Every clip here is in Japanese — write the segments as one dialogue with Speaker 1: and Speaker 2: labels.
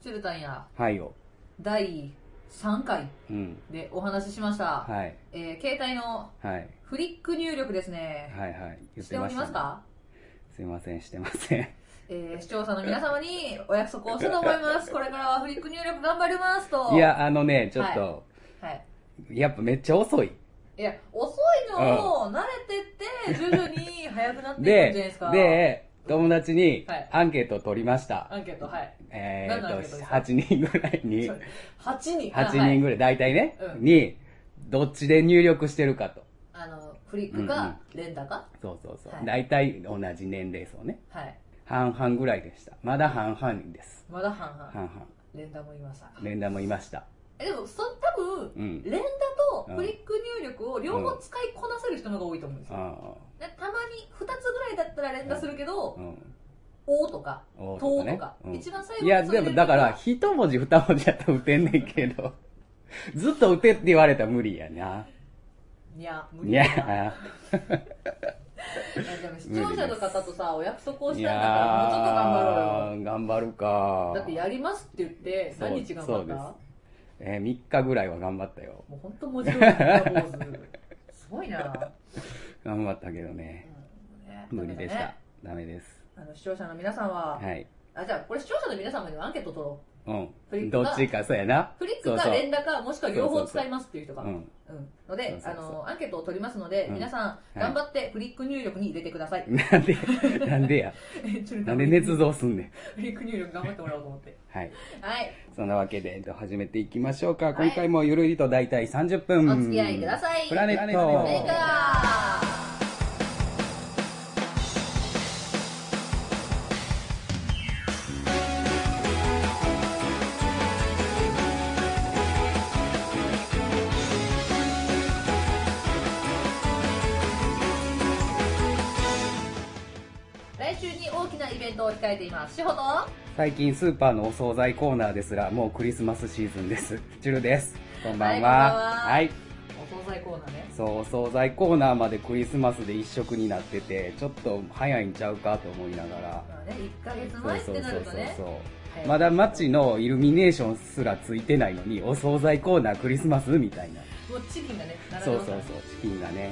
Speaker 1: チュルタンや
Speaker 2: はいよ。
Speaker 1: 第3回
Speaker 2: うん。
Speaker 1: でお話ししました、
Speaker 2: はい。
Speaker 1: えー携帯の
Speaker 2: はい。
Speaker 1: フリック入力ですね、
Speaker 2: はいはい。言っ
Speaker 1: して
Speaker 2: て
Speaker 1: お
Speaker 2: ま
Speaker 1: り
Speaker 2: し
Speaker 1: ま
Speaker 2: た、
Speaker 1: す
Speaker 2: ね。
Speaker 1: か、
Speaker 2: すいません、してません。
Speaker 1: えー視聴者の皆様にお約束をしたと思います これからはフリック入力頑張りますと
Speaker 2: い、や、あのね、ちょっと、
Speaker 1: はい、
Speaker 2: やっぱめっちゃ遅い。
Speaker 1: いや遅いのを慣れてって徐々に速くなっていくんじゃないで
Speaker 2: です
Speaker 1: か、
Speaker 2: で、友達に
Speaker 1: はい
Speaker 2: アンケートを取りました。
Speaker 1: アンケートはい
Speaker 2: え
Speaker 1: 何のアンケート
Speaker 2: ー
Speaker 1: で
Speaker 2: と、
Speaker 1: すか
Speaker 2: 8人ぐらいに、
Speaker 1: それ8人あ
Speaker 2: 8
Speaker 1: はい
Speaker 2: 人ぐらい、大体ね、
Speaker 1: うん
Speaker 2: に、どっちで入力してるかと。
Speaker 1: あのフリックか、レンタか
Speaker 2: そうそうそう。
Speaker 1: はい
Speaker 2: 大体同じ年齢層ね。
Speaker 1: はい
Speaker 2: 半々ぐらいでした。まだ半々です。
Speaker 1: まだ半々、
Speaker 2: 半
Speaker 1: 連打もいました
Speaker 2: 々。連打もいました。
Speaker 1: えでもそ多分、
Speaker 2: うん
Speaker 1: 連打とフリック入力を両方使いこなせる人の方が多いと思うんですよ、
Speaker 2: あ
Speaker 1: でたまに2つぐらいだったら連打するけど「
Speaker 2: あ。うん。
Speaker 1: お」とか「
Speaker 2: お
Speaker 1: と」
Speaker 2: ー
Speaker 1: と
Speaker 2: とかね
Speaker 1: か、
Speaker 2: うん
Speaker 1: 一番最後
Speaker 2: い
Speaker 1: に
Speaker 2: や、
Speaker 1: それ入れ
Speaker 2: でも
Speaker 1: る
Speaker 2: だから、一文字二文字やったら打てんねんけど、 ずっと打てって言われたら無理やな。
Speaker 1: いや無
Speaker 2: い
Speaker 1: 理だ
Speaker 2: や
Speaker 1: な、いやでも視聴者の方とさお約束を
Speaker 2: い
Speaker 1: したんだ
Speaker 2: や
Speaker 1: からもうちょっと頑張ろうよ
Speaker 2: ー頑張るか。
Speaker 1: だってやりますって言って
Speaker 2: そう
Speaker 1: 何日頑張った
Speaker 2: そうえー、3日ぐらいは頑張ったよ。
Speaker 1: もう本当文字通りの坊主すごいな、
Speaker 2: 頑張ったけどね。
Speaker 1: うんね
Speaker 2: 無理でし
Speaker 1: だ
Speaker 2: た
Speaker 1: ね。
Speaker 2: ダメです。
Speaker 1: あの視聴者の皆さんは、
Speaker 2: はい。
Speaker 1: あじゃあこれ視聴者の皆様にもアンケート取ろうフ
Speaker 2: う
Speaker 1: リッ
Speaker 2: ん。
Speaker 1: ク
Speaker 2: ど
Speaker 1: か
Speaker 2: っちか、そうやな。
Speaker 1: フリック
Speaker 2: そ
Speaker 1: か
Speaker 2: うそう
Speaker 1: 連打かもしくは両方使いますっていう人が
Speaker 2: う
Speaker 1: うん
Speaker 2: ん。
Speaker 1: ので
Speaker 2: そ
Speaker 1: あ
Speaker 2: うそうそう
Speaker 1: のアンケートを取りますので
Speaker 2: うん
Speaker 1: 皆さん頑張ってフリック入力に入れてくださ い
Speaker 2: なんで、 なんでや。
Speaker 1: ちょっと
Speaker 2: なんで捏造すんねん。
Speaker 1: フリック入力頑張ってもらおうと思って
Speaker 2: はい。
Speaker 1: はい
Speaker 2: そんなわけで、えっと始めていきましょうか。
Speaker 1: はい
Speaker 2: 今回もゆるりと大体30分。
Speaker 1: お付き合いください
Speaker 2: プラネット。
Speaker 1: メーカー来週に大きなイベントを控えています。しほと
Speaker 2: 最近スーパーのお惣菜コーナーですら、もうクリスマスシーズンです。チュルです。こんばんは。。
Speaker 1: はいお惣菜コーナーね。
Speaker 2: そう、お惣菜コーナーまでクリスマスで一色になってて、ちょっと早いんちゃうかと思いながら。
Speaker 1: まあね、1ヶ月前ってなるとね。
Speaker 2: うまだ街のイルミネーションすらついてないのに、お惣菜コーナークリスマスみたいな。
Speaker 1: もうチキンがね、並ん
Speaker 2: そ
Speaker 1: で
Speaker 2: う
Speaker 1: ます
Speaker 2: そ
Speaker 1: か
Speaker 2: う
Speaker 1: ら
Speaker 2: そう、チキンがね。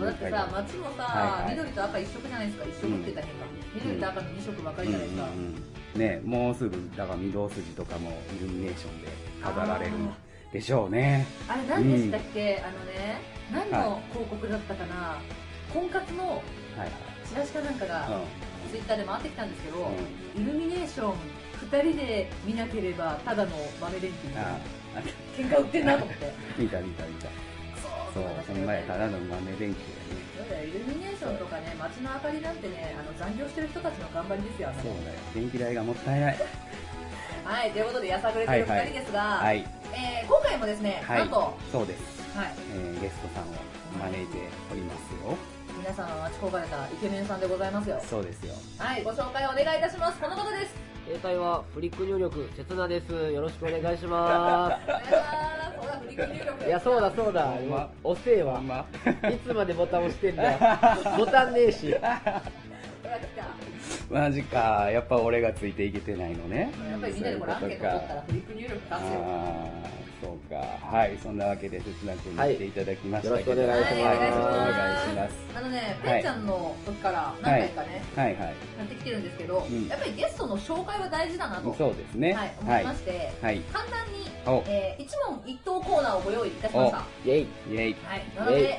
Speaker 1: だってさ、街もさ、
Speaker 2: はいはい
Speaker 1: 緑と赤一色じゃないですか、一色って言ったら変か、
Speaker 2: うん
Speaker 1: 緑と赤の二色ばか
Speaker 2: う
Speaker 1: り
Speaker 2: ん
Speaker 1: じ
Speaker 2: う
Speaker 1: ゃな
Speaker 2: ん
Speaker 1: いですか、
Speaker 2: うん、ねもうすぐだから御堂筋とかもイルミネーションで飾られるんでしょうね
Speaker 1: あれ、何でしたっけ、あのね、何の広告だったかな、婚活の
Speaker 2: はい
Speaker 1: チラシかなんか
Speaker 2: は
Speaker 1: が、
Speaker 2: い、
Speaker 1: ツイッターで回ってきたんですけ
Speaker 2: う
Speaker 1: ど
Speaker 2: ん、
Speaker 1: イルミネーション、2人で見なければ、ただの豆電球みたい
Speaker 2: あ
Speaker 1: な
Speaker 2: あ、
Speaker 1: 喧嘩売ってんなと思って、
Speaker 2: 見た見た見たそうその前からの豆電球
Speaker 1: だからイルミネーションとかね、街の明かりなんてね、あの残業してる人たちの頑張りですよ、あ
Speaker 2: やね
Speaker 1: の
Speaker 2: そうだよ電気代がもったいない
Speaker 1: はい、ということで、やさぐれてる2人ですが、
Speaker 2: はい
Speaker 1: えー今回もですね、
Speaker 2: はい
Speaker 1: なんと、はい、
Speaker 2: そうです、えーゲストさんを招いております
Speaker 1: 皆さんは待ち焦がれたイケメンさんでございますよ
Speaker 2: よ。そうですよ
Speaker 1: はい、ご紹介お願いいたします。この方です。
Speaker 3: 携帯はフリック入力、せつなです。よろしくお願いしま
Speaker 1: お願いします。ほら、振り切り入力。
Speaker 3: す。いや、そうだそうだ
Speaker 2: ほんま。
Speaker 3: おせえ
Speaker 2: ほ
Speaker 3: わ
Speaker 2: ん。ま
Speaker 3: いつまでボタン押してんだ。ボタンねえし。
Speaker 1: ほら、来た。
Speaker 2: マジかやっぱ俺がついていけてないのね
Speaker 1: やっぱりみんなでこれアンケート取ったら、振り切り入力出
Speaker 2: あ
Speaker 1: すよ。
Speaker 2: あそうかはいそんなわけで節なくに来ていただきましたけど、
Speaker 3: はいよろしくお願いします
Speaker 2: はいお願いします
Speaker 1: あのね、
Speaker 2: はい
Speaker 1: ペンちゃんの時から何回かね、
Speaker 2: はいはい
Speaker 1: やってきてるんですけど、
Speaker 2: うん
Speaker 1: やっぱりゲストの紹介は大事だなと、
Speaker 2: そうですね
Speaker 1: はい、思
Speaker 2: はい
Speaker 1: まして、
Speaker 2: はい
Speaker 1: 簡単に、
Speaker 2: お
Speaker 1: えー一問一答コーナーをご用意いたしました。
Speaker 3: イェイ。
Speaker 2: イエイ
Speaker 1: はい、なので、
Speaker 3: イェイ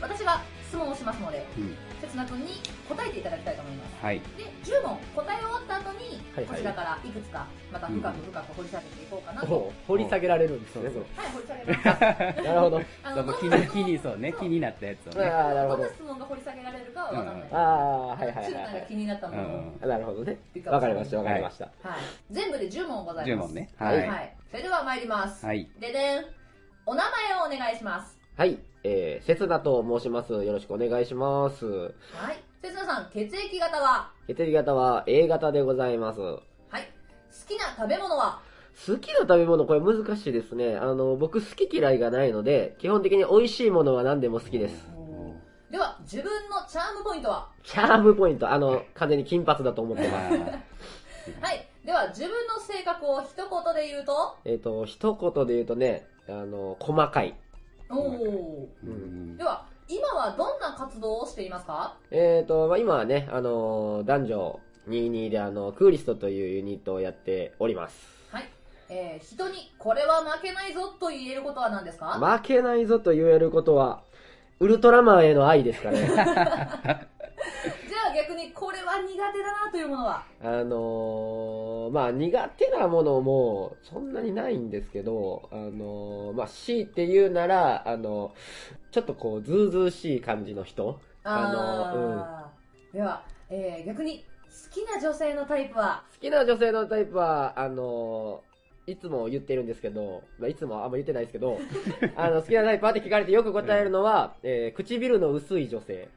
Speaker 1: 私が質問をしますので、
Speaker 2: うん
Speaker 1: せつな君に答えていただきたいと思います。
Speaker 2: はい
Speaker 1: で、10問答え終わった後に、
Speaker 3: はいはい
Speaker 1: こちらからいくつか、また深く深く掘り下げていこうかなと。
Speaker 3: おう掘り下げられるんですね、
Speaker 2: そう
Speaker 1: はい、掘り下げます。
Speaker 3: これなるほど。
Speaker 1: あ
Speaker 2: そ
Speaker 1: の
Speaker 2: こ
Speaker 1: ど
Speaker 2: 気
Speaker 1: んな
Speaker 2: に
Speaker 1: 質
Speaker 2: 気
Speaker 1: 問
Speaker 2: にそうね
Speaker 1: そう
Speaker 2: 気になったやつを
Speaker 3: あ
Speaker 2: ね
Speaker 3: あ、なるほ
Speaker 1: どん
Speaker 3: ど
Speaker 1: な。質問が掘り下げられるかはわからない。
Speaker 2: うん
Speaker 3: ああ、はいはいは
Speaker 1: チ
Speaker 3: い
Speaker 1: ルタ
Speaker 3: は
Speaker 1: が気
Speaker 3: い。
Speaker 1: になった
Speaker 2: う
Speaker 1: ものを、
Speaker 2: ん
Speaker 3: あなるほどね。わかりました、わかりました。
Speaker 1: はい、全部で10問ござい
Speaker 2: 10
Speaker 1: ます。
Speaker 2: 問ね
Speaker 1: は、
Speaker 2: はいい
Speaker 1: それでは参ります。
Speaker 2: はい
Speaker 1: ででん、お名前をお願いします。
Speaker 3: はい。えー、せつなと申します。よろしくお願いします。
Speaker 1: はい、せつなさん、血液型は
Speaker 3: 血液型は A 型でございます。
Speaker 1: はい、好きな食べ物は
Speaker 3: 好きな食べ物、これ難しいですね。あの、僕好き嫌いがないので、基本的に美味しいものは何でも好きです。
Speaker 1: では自分のチャームポイントは
Speaker 3: チャームポイント、あの、完全に金髪だと思っ
Speaker 2: あ
Speaker 3: てます。
Speaker 2: ー
Speaker 1: はいでは自分の性格を一言で言うと
Speaker 3: えっ、と、一言で言うとね、あの、細かい。
Speaker 1: おお
Speaker 2: う
Speaker 1: ーで
Speaker 2: ん
Speaker 1: は今はどんな活動をしていますか
Speaker 3: えっ、と、まあ、今はね、あの、男女22であの、クーリストというユニットをやっております。
Speaker 1: はい、えー、人にこれは負けないぞと言えることは何ですか、
Speaker 3: 負けないぞと言えることは、ウルトラマンへの愛ですかね。
Speaker 1: じゃあ逆にこれは苦手だなというものは
Speaker 3: あのまあ苦手なものもそんなにないんですけど、あのまあ強いて言うなら、あの、ちょっとこう、ずうずうしい感じの人。あの
Speaker 1: あーでは、えー、逆に好きな女性のタイプは
Speaker 3: 好きな女性のタイプは、あの、いつも言ってるんですけど、まあ、いつもあんま言ってないですけ ど、あの、好きなタイプはって聞かれてよく答えるのは、えー唇の薄い女性。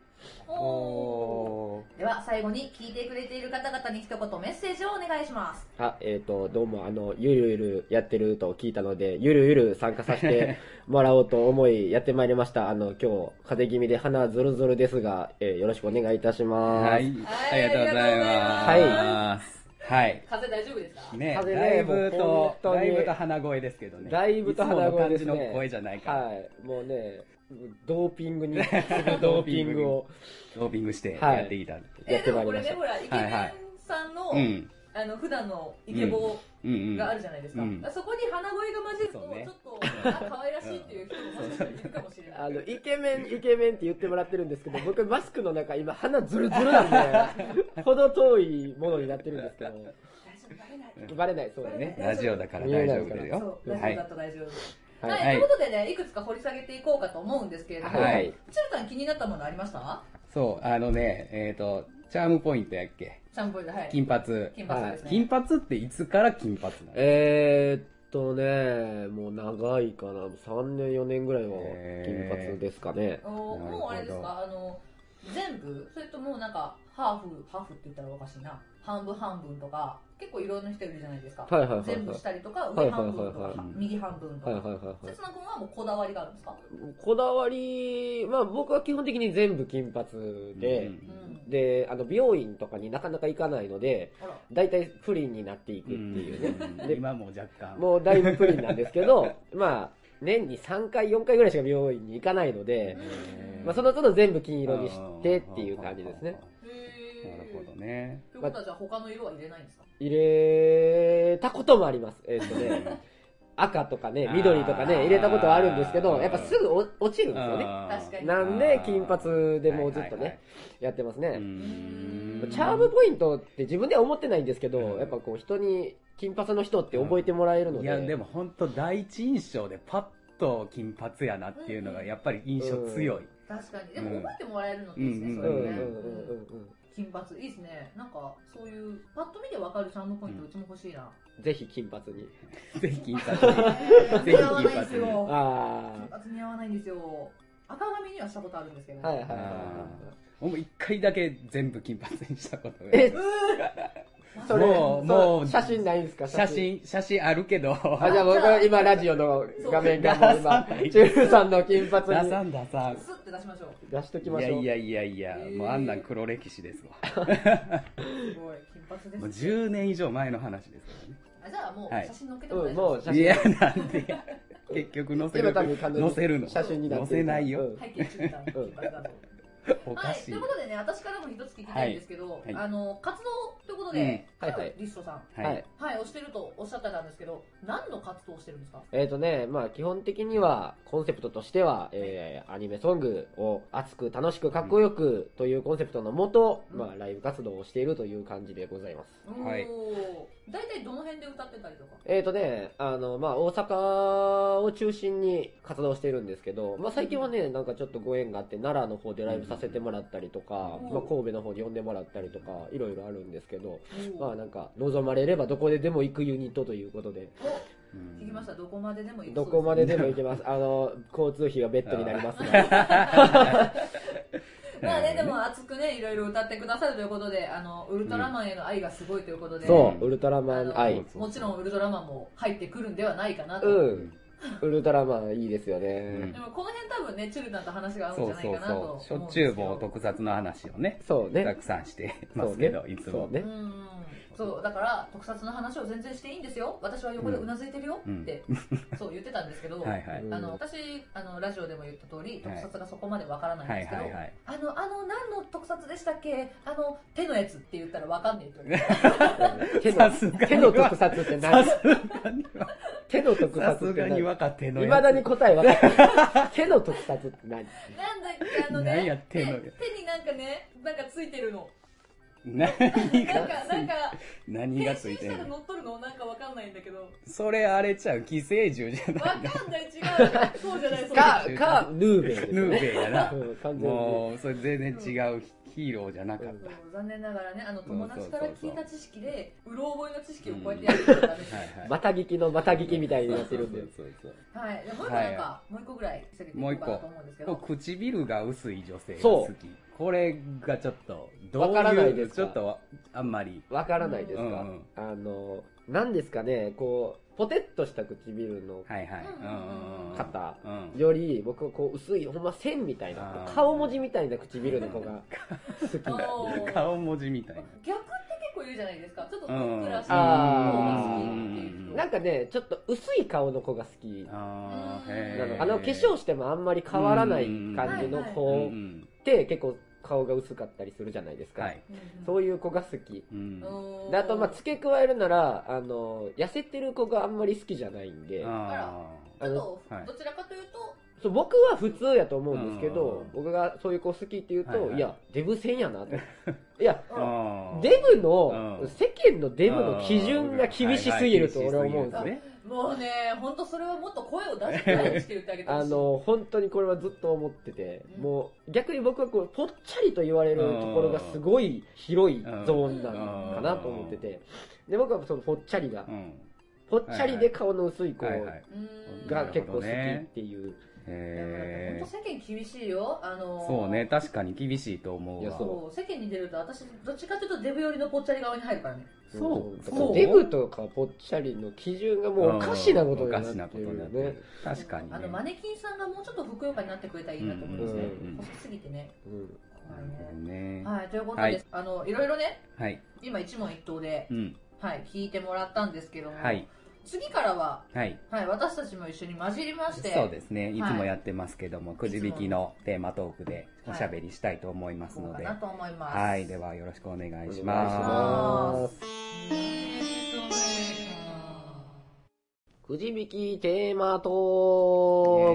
Speaker 1: おーでは最後に聞いてくれている方々に一言メッセージをお願いします
Speaker 3: あ、えっ、と、どうも、あの、ゆるゆるやってると聞いたので、ゆるゆる参加させ てもらおうと思い、やってまいりました。あの、今日、風邪気味で鼻ズルズルですが、えーよろしくお願いいたしま
Speaker 2: は
Speaker 3: す。
Speaker 2: い、あ
Speaker 1: い
Speaker 2: りがとうございます。
Speaker 3: ありがとうござい
Speaker 2: ます。はい。
Speaker 1: 風大丈夫ですか
Speaker 2: ね、
Speaker 3: 風ね
Speaker 2: ライブ
Speaker 3: もう
Speaker 2: と、
Speaker 3: 本当に
Speaker 2: ライブと鼻声ですけどね。
Speaker 3: だいぶと鼻声ですね。
Speaker 2: いつもの感じの声じゃないから、
Speaker 3: はい。もうね、ドーピングに、ドーピングを
Speaker 2: ドーピングしてやってきた。
Speaker 3: やってま
Speaker 1: こ
Speaker 3: いりま
Speaker 1: れ
Speaker 3: した
Speaker 1: ねほ。らイケメンさんの、
Speaker 2: うん。
Speaker 1: あの普段のイケボ
Speaker 2: うんうん。
Speaker 1: があるじゃないですか、
Speaker 2: うん
Speaker 1: そこに鼻声が混じると、
Speaker 2: そうね
Speaker 1: ちょっとあ可愛らしいっていう人ももしかしたらいるかもしれない
Speaker 3: あの、イケメン、イケメンって言ってもらってるんですけど、僕、マスクの中、今、鼻ズルズルな んで、ほど遠いものになってるんですけど、
Speaker 1: 大丈夫バレない
Speaker 3: バレない、そうだね。
Speaker 2: ね、ラジオだから大丈夫ですよ
Speaker 1: そ。う
Speaker 2: は
Speaker 1: 大丈夫
Speaker 2: い
Speaker 1: だ。と大丈夫
Speaker 3: は
Speaker 1: はい、
Speaker 3: い。
Speaker 2: は
Speaker 1: と
Speaker 2: い
Speaker 1: いうことでねいくつか掘り下げていこうかと思うんですけれども、
Speaker 2: はい
Speaker 1: チュルタン気になったものありました
Speaker 2: そう、あのね、えっ、と、チャームポイントやっけ
Speaker 1: シャンプーではい
Speaker 2: 金髪。
Speaker 1: 金髪ですね、
Speaker 2: 金髪っていつから金髪なの
Speaker 3: えーっとね、もう長いかな、3年、4年ぐらいは金髪ですかね。
Speaker 1: おー
Speaker 2: なるほど
Speaker 1: もうあれですかあの全部それともなんかハーフハーフって言ったらおかしいな半分半分とか結構いろんな人いるじゃないですか、
Speaker 3: はいはいはいはい
Speaker 1: 全部したりとか
Speaker 3: はい
Speaker 1: 上
Speaker 3: はいは
Speaker 1: 半
Speaker 3: いはい
Speaker 1: 分とか、右半分とか、
Speaker 3: はいはいはいはい
Speaker 1: 刹那君はもうこだわりがあるんですか、
Speaker 3: こだわり、まあ僕は基本的に全部金髪で、
Speaker 1: うん
Speaker 3: で、あの、美容院とかになかなか行かないので、
Speaker 1: あら
Speaker 3: 大体プリンになっていくっていうね。
Speaker 2: うん今も若干。
Speaker 3: もうだいぶプリンなんですけ ど、まあ、年に3回、4回ぐらいしか美容院に行かないので、
Speaker 2: うん
Speaker 3: まあその都度全部金色にしてっていう感じですね。。
Speaker 1: へ
Speaker 2: な
Speaker 1: ー
Speaker 2: るほどね。
Speaker 1: ということはじゃあ他の色は入れないんですか
Speaker 3: 入れたこともあります。えっ、とね、赤とかね、緑とかね、入れたことはあるんですけど、やっぱすぐお落ちるんですよね。
Speaker 1: 確かに
Speaker 3: なんで、金髪でもうずっとね、やってますね。
Speaker 1: ん
Speaker 3: チャームポイントって自分では思ってないんですけど、
Speaker 2: うん
Speaker 3: やっぱこう人に、金髪の人って覚えてもらえるの
Speaker 2: い
Speaker 3: で。
Speaker 2: や、でも本当第一印象でパッと金髪やなっていうのがやっぱり印象強い。
Speaker 1: 確かにでも
Speaker 2: うん
Speaker 1: 覚えてもらえるのっていいですね、
Speaker 2: うん
Speaker 1: そ
Speaker 3: うんう
Speaker 1: れ
Speaker 3: んうん
Speaker 1: ね、
Speaker 3: うん
Speaker 1: 金髪いいですねなんかそういうパッと見でわかるシャンプーポイントうちも欲しいな、
Speaker 3: うん。ぜひ金髪に。
Speaker 2: ぜひ金髪に。
Speaker 1: 似合わないんです
Speaker 2: ぜひ金
Speaker 1: よ
Speaker 3: あ
Speaker 1: 金髪似合わないんですよ赤髪にはしたことあるんですけど、
Speaker 3: あ。はいはいはい
Speaker 2: あ
Speaker 3: は
Speaker 2: 僕も一回だけ全部金髪にしたことが
Speaker 3: い。え、
Speaker 1: マジ
Speaker 3: そ
Speaker 1: で
Speaker 3: れ、
Speaker 2: もう
Speaker 3: それ
Speaker 2: もう
Speaker 3: 写真ないんですか
Speaker 2: 写。真、写真あるけど、
Speaker 3: あ、じゃあ僕は今ラジオの画面がもう今
Speaker 2: そう、
Speaker 3: チューさんの金
Speaker 2: 出
Speaker 3: 髪に
Speaker 2: さん出さん。
Speaker 1: スッて出しましょう
Speaker 3: 出しとき
Speaker 2: い
Speaker 3: ま
Speaker 2: や
Speaker 3: しょう。
Speaker 2: いやいやいや
Speaker 1: え、ー
Speaker 2: もうあんなん黒歴史ですわ。
Speaker 1: すごい金髪です
Speaker 2: もう10年以上前の話ですからね。
Speaker 1: あじゃあもう
Speaker 2: はい
Speaker 1: 写真載っけても
Speaker 3: う
Speaker 1: 大丈
Speaker 3: ん、も
Speaker 1: 夫
Speaker 3: う
Speaker 1: です、
Speaker 3: 写
Speaker 2: い
Speaker 3: 真。
Speaker 2: や、なんでや。結局載せ
Speaker 3: 今
Speaker 2: る。
Speaker 3: 多分完全に
Speaker 2: 載せるの。
Speaker 3: 写真になってる
Speaker 2: 載せないよ
Speaker 3: うん
Speaker 1: 背景中断金髪画像
Speaker 2: お
Speaker 1: は
Speaker 2: か
Speaker 1: い、
Speaker 2: し
Speaker 1: と
Speaker 2: い。
Speaker 1: いうことでね、私からも一つ聞きたいんですけど、
Speaker 2: いはい
Speaker 1: あの活動ということ
Speaker 2: うん
Speaker 1: で、
Speaker 3: はいはい
Speaker 1: リストさん、
Speaker 3: はい。
Speaker 1: はい、をしてるとおっしゃってたんですけど、何の活動をしてるんですか
Speaker 3: えーとね、まあ基本的にはコンセプトとしては、えーアニメソングを熱く楽しくかっこよくというコンセプトのもと、
Speaker 1: うん
Speaker 3: まあライブ活動をしているという感じでございます。
Speaker 2: はい
Speaker 1: おー大体どの辺で歌ってたりとか
Speaker 3: えーとね、あの、まあ大阪を中心に活動しているんですけど、まあ最近はね、なんかちょっとご縁があって奈良の方でライブさせてもらったりとか、
Speaker 1: うん
Speaker 3: まあ神戸の方に呼んでもらったりとか、いろいろあるんですけど、
Speaker 1: おー
Speaker 3: まあなんか望まれればどこででも行くユニットということで、
Speaker 1: お
Speaker 2: うん
Speaker 1: 聞きました、どこまででもいい
Speaker 3: どこまででも行けます。あの、交通費は別途になりますが。
Speaker 1: まあね、でも熱くね、いろいろ歌ってくださるということで、あの、ウルトラマンへの愛がすごいということで、
Speaker 3: そう、ウルトラマン
Speaker 1: は
Speaker 3: 愛
Speaker 1: い。もちろんウルトラマンも入ってくるんではないかなと。
Speaker 3: う、
Speaker 2: うん
Speaker 3: ウルトラマンいいですよね
Speaker 1: で。もこの辺多分ね、チュルタンと話が合うん
Speaker 2: そ
Speaker 1: じゃ
Speaker 2: う
Speaker 1: ない
Speaker 2: そう
Speaker 1: かなと思うんで
Speaker 2: そう。
Speaker 1: す
Speaker 2: し
Speaker 1: け
Speaker 2: ょ
Speaker 1: ど。
Speaker 2: っちゅう某特撮の話をね、
Speaker 3: そう
Speaker 2: た
Speaker 3: ね。
Speaker 2: くさんして
Speaker 3: そ
Speaker 2: ま
Speaker 3: う
Speaker 2: す
Speaker 3: ね
Speaker 2: けど、い。つ
Speaker 3: そ
Speaker 2: も
Speaker 3: う。ね
Speaker 1: う。ん。そうだから特撮の話を全然していいんですよ私は横でうなずいてるよ
Speaker 2: うん
Speaker 1: って、そう言ってたんですけど、
Speaker 2: はいはい。
Speaker 1: あの私あのラジオでも言った通り
Speaker 2: は
Speaker 1: 特
Speaker 2: い
Speaker 1: 撮がそこまでわからないん
Speaker 2: は
Speaker 1: で
Speaker 2: い
Speaker 1: すけど、
Speaker 2: はいはい。
Speaker 1: あのあの何の特撮でしたっけあの手のやつって言ったらわかんねえっ て言われて
Speaker 3: 手
Speaker 2: さ
Speaker 3: の
Speaker 2: すがには
Speaker 3: 手の特撮って
Speaker 2: さ
Speaker 3: 何
Speaker 2: すがには、
Speaker 3: 手の特
Speaker 2: さ
Speaker 3: 撮
Speaker 2: す
Speaker 3: って
Speaker 2: がに
Speaker 3: 何
Speaker 2: 分かってんの
Speaker 3: いまだに答え分かってない手の特撮って何
Speaker 1: なんだっけあのね
Speaker 2: 何や手のや
Speaker 1: 手手になんかねなんかついてるの
Speaker 2: 何
Speaker 1: なんか
Speaker 2: がつ
Speaker 1: なん
Speaker 2: い
Speaker 1: か
Speaker 2: 何
Speaker 1: 変
Speaker 2: が
Speaker 1: 身
Speaker 2: つい
Speaker 1: してた
Speaker 2: ん
Speaker 1: ら
Speaker 2: の
Speaker 1: 乗っ取るのなんかわかんないんだ けど
Speaker 2: それあれちゃう寄生獣じゃ
Speaker 1: わ
Speaker 2: な
Speaker 1: か
Speaker 2: い
Speaker 1: んない違うそうじゃないそうじゃ
Speaker 3: か
Speaker 1: ない、
Speaker 3: か、ヌーベイです
Speaker 2: ヌ
Speaker 3: よ
Speaker 2: ー
Speaker 3: ね。
Speaker 2: ベイやな
Speaker 3: うん完全に。
Speaker 2: もうそれ全然違うヒーローじゃなかっ
Speaker 3: うん
Speaker 1: そう残念ながらねあの友達から聞いた知識でうろ覚えの知識をこうやってやるとダメです
Speaker 2: たはいはい
Speaker 3: また聞きのまた聞きみたいになってるんで。
Speaker 2: そうそうそう
Speaker 1: はい、でもう一個なんか、もう一個ぐらい下げていこうかなと思うんですけ
Speaker 2: そう
Speaker 1: ど、
Speaker 2: 唇が薄い女性が
Speaker 3: そ
Speaker 2: 好
Speaker 3: う
Speaker 2: きこれがちょっとどういう
Speaker 3: わからないですか
Speaker 2: ちょっとあんまり
Speaker 3: わからないですか、
Speaker 2: うんうん
Speaker 3: あの、何ですかね、こう、ポテッとした唇の
Speaker 2: はいはい
Speaker 1: うん
Speaker 2: うんうんうん
Speaker 3: 方
Speaker 2: うん
Speaker 3: より、僕はこう、薄い、ほんま線みたいな
Speaker 2: あ、ー
Speaker 3: 顔文字みたいな唇の子が好き。
Speaker 1: あのー
Speaker 2: 顔文字みたいな
Speaker 1: 逆って結構いるじゃないですか、ちょっとふ
Speaker 2: うん
Speaker 1: っくらした方が好きっていう人。
Speaker 3: なんかね、ちょっと薄い顔の子が好き。
Speaker 2: あー
Speaker 1: うん
Speaker 2: へ
Speaker 3: な
Speaker 2: ー
Speaker 3: のあの化粧してもあんまり変わらない感じの
Speaker 2: う
Speaker 3: 子
Speaker 2: ん
Speaker 3: って結構顔が薄かったりするじゃないです
Speaker 2: うん
Speaker 3: か、
Speaker 2: はい
Speaker 3: そういう子が好き
Speaker 2: うん
Speaker 1: うん
Speaker 3: であとまあ付け加えるならあの痩せてる子があんまり好きじゃないんで
Speaker 2: あ
Speaker 1: ちょっと
Speaker 2: あのはい
Speaker 1: どちらかというと、
Speaker 3: そう僕は普通やと思うんですけど
Speaker 2: うん
Speaker 3: 僕がそういう子好きって言うと、
Speaker 2: はい
Speaker 3: い
Speaker 2: はい
Speaker 3: やデブ戦 やなといや
Speaker 2: ーあー
Speaker 3: デブの、
Speaker 2: うん
Speaker 3: 世間のデブの基準が厳しすぎると俺は思うんです
Speaker 2: はい
Speaker 3: よ
Speaker 2: はい
Speaker 1: もうね、本当それはもっと声を出して声をして言ってあげてほ
Speaker 3: あ
Speaker 1: しい。
Speaker 3: の本当にこれはずっと思ってて、
Speaker 1: うん
Speaker 3: もう逆に僕はこうぽっちゃりと言われるところがすごい広いゾーンなのかなと思ってて、で僕はそのぽっちゃりが、
Speaker 2: うん
Speaker 3: ぽっちゃりで顔の薄い子
Speaker 2: はいはい
Speaker 1: うん
Speaker 3: が結構好きっていう、
Speaker 2: へ
Speaker 1: 本
Speaker 2: ー
Speaker 1: 当世間厳しいよ。あのー
Speaker 2: そうね確かに厳しいと思う
Speaker 3: いや
Speaker 2: わ
Speaker 3: そう
Speaker 1: そう世間に出ると私どっちかというとデブ寄りのぽっちゃり側に入るからね
Speaker 2: そう
Speaker 3: だか
Speaker 1: そ
Speaker 3: ら
Speaker 1: う
Speaker 3: デブとかぽっちゃりの基準がもうおかしなこと
Speaker 2: うん
Speaker 3: に
Speaker 2: お
Speaker 3: な
Speaker 2: か
Speaker 3: っ
Speaker 2: しなこ
Speaker 3: て
Speaker 2: と
Speaker 3: るよ
Speaker 2: になって
Speaker 3: ね
Speaker 2: る、確かにね
Speaker 1: あのマネキンさんがもうちょっとふくよかになってくれたらいいなと思うんですね、
Speaker 3: うん
Speaker 2: うんうん
Speaker 1: 細すぎてね
Speaker 3: うん
Speaker 2: な
Speaker 1: 怖い
Speaker 2: るほど
Speaker 1: ね、
Speaker 2: ね
Speaker 1: はいということで、
Speaker 2: はい
Speaker 1: あのいろいろね
Speaker 2: はい
Speaker 1: 今一問一答で、
Speaker 2: うん
Speaker 1: はい、聞いてもらったんですけども、
Speaker 2: はい
Speaker 1: 次からは、
Speaker 2: はい
Speaker 1: はい、私たちも一緒に混じりまして
Speaker 2: そうですねいつ
Speaker 1: は
Speaker 2: も
Speaker 1: い
Speaker 2: やってますけどもくじ引きのテーマトークで
Speaker 1: はい
Speaker 2: おしゃべりしたいと思います
Speaker 1: 行こ
Speaker 2: の
Speaker 1: うか
Speaker 2: で
Speaker 1: なと思います
Speaker 2: はいではよろしくお願いし
Speaker 1: お
Speaker 2: ま
Speaker 1: 願いしますえーとね
Speaker 3: くじ引きテーマト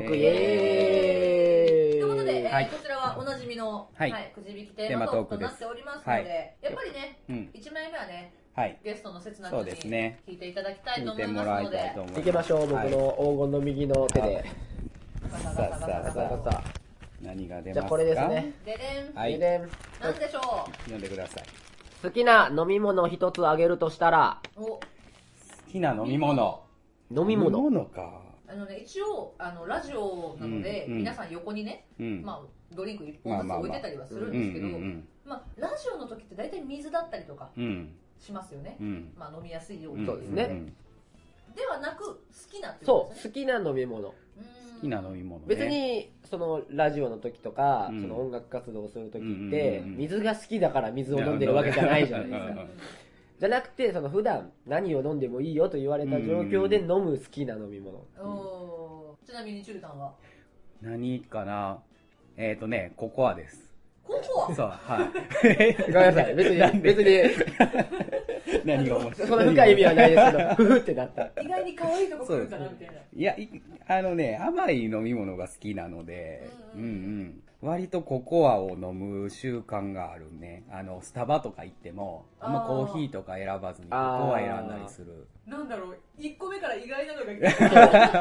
Speaker 3: ークイエーイ
Speaker 1: ということで、えー
Speaker 2: はい
Speaker 1: こちらはおなじみの、
Speaker 2: はい
Speaker 1: くじ引きテーマトークとなっておりますので
Speaker 2: テーマトー
Speaker 1: やっ
Speaker 2: ク
Speaker 1: ぱりね
Speaker 2: すうん
Speaker 1: 1枚目はね
Speaker 2: はい
Speaker 1: ゲストの刹那
Speaker 2: そう
Speaker 1: 君
Speaker 2: です
Speaker 1: に
Speaker 2: ね
Speaker 1: 聞いていただきたいと
Speaker 2: 見
Speaker 1: 思
Speaker 2: て
Speaker 1: い
Speaker 2: も
Speaker 1: ま
Speaker 2: ら
Speaker 1: す
Speaker 2: い
Speaker 1: ので
Speaker 2: たいと思います
Speaker 3: いきましょう僕
Speaker 2: はい
Speaker 3: の黄金の右の手で、
Speaker 1: ガ
Speaker 2: さ
Speaker 1: サ
Speaker 2: あ
Speaker 1: ガサガサ
Speaker 2: さあさ
Speaker 1: ガ
Speaker 2: あ
Speaker 1: サ
Speaker 2: さあ何が出ますか
Speaker 3: じゃあこれですね
Speaker 1: ででん、
Speaker 2: はい
Speaker 3: ででん
Speaker 1: なんでしょ
Speaker 2: 読んでください
Speaker 3: 好きな飲み物一つあげるとしたら
Speaker 1: うお
Speaker 2: 好きな飲み物
Speaker 3: 飲み物
Speaker 2: 飲み物か
Speaker 1: あのね一応あのラジオなので、
Speaker 2: うんうん
Speaker 1: 皆さん横にね、
Speaker 2: うん
Speaker 1: まあ、ドリンク1本ずつ置いてたりはするん
Speaker 2: うんう
Speaker 1: ですけど、まあ
Speaker 2: ん
Speaker 1: ラジオの時って大体水だったりとか
Speaker 2: うんうん
Speaker 1: しますよね、
Speaker 2: うん
Speaker 1: まあ、飲みやすいよう
Speaker 2: うん
Speaker 1: に
Speaker 3: そうですね
Speaker 2: ん
Speaker 1: ではなく好きなってこ
Speaker 3: そ
Speaker 1: とで
Speaker 3: う
Speaker 1: す
Speaker 3: 好
Speaker 1: ね
Speaker 3: きな飲み物
Speaker 1: うん
Speaker 2: 好きな飲み物ね
Speaker 3: 別にそのラジオの時とか、
Speaker 2: うん
Speaker 3: その音楽活動をする時
Speaker 2: うん
Speaker 3: っ
Speaker 2: うんう
Speaker 3: て、
Speaker 2: んうん
Speaker 3: 水が好きだから水を飲んでるわけじゃないじゃないです
Speaker 2: うん
Speaker 3: か
Speaker 2: うん
Speaker 3: じゃなくてその普段何を飲んでもいいよと言われた状況で飲む好きな飲み 物、
Speaker 1: おーちなみにチュルタンは
Speaker 2: 何かなえっ、ー、とねココアです
Speaker 1: ココア
Speaker 2: そうはい
Speaker 3: ごめんなさい 別
Speaker 2: な
Speaker 3: に
Speaker 2: ん
Speaker 3: 別
Speaker 2: で
Speaker 3: に
Speaker 2: 何が面白い
Speaker 3: その深い意味はないですけ どふふってなった
Speaker 1: 意外に可愛いとこ来るんだなみたいない
Speaker 2: やいあのね甘い飲み物が好きなので
Speaker 1: う
Speaker 2: うんん
Speaker 1: う
Speaker 2: うんん、割とココアを飲む習慣があるねあのスタバとか行ってもあんま
Speaker 1: あー
Speaker 2: コーヒーとか選ばずにココア選んだりする
Speaker 1: なんだろう1個目から意外なのが来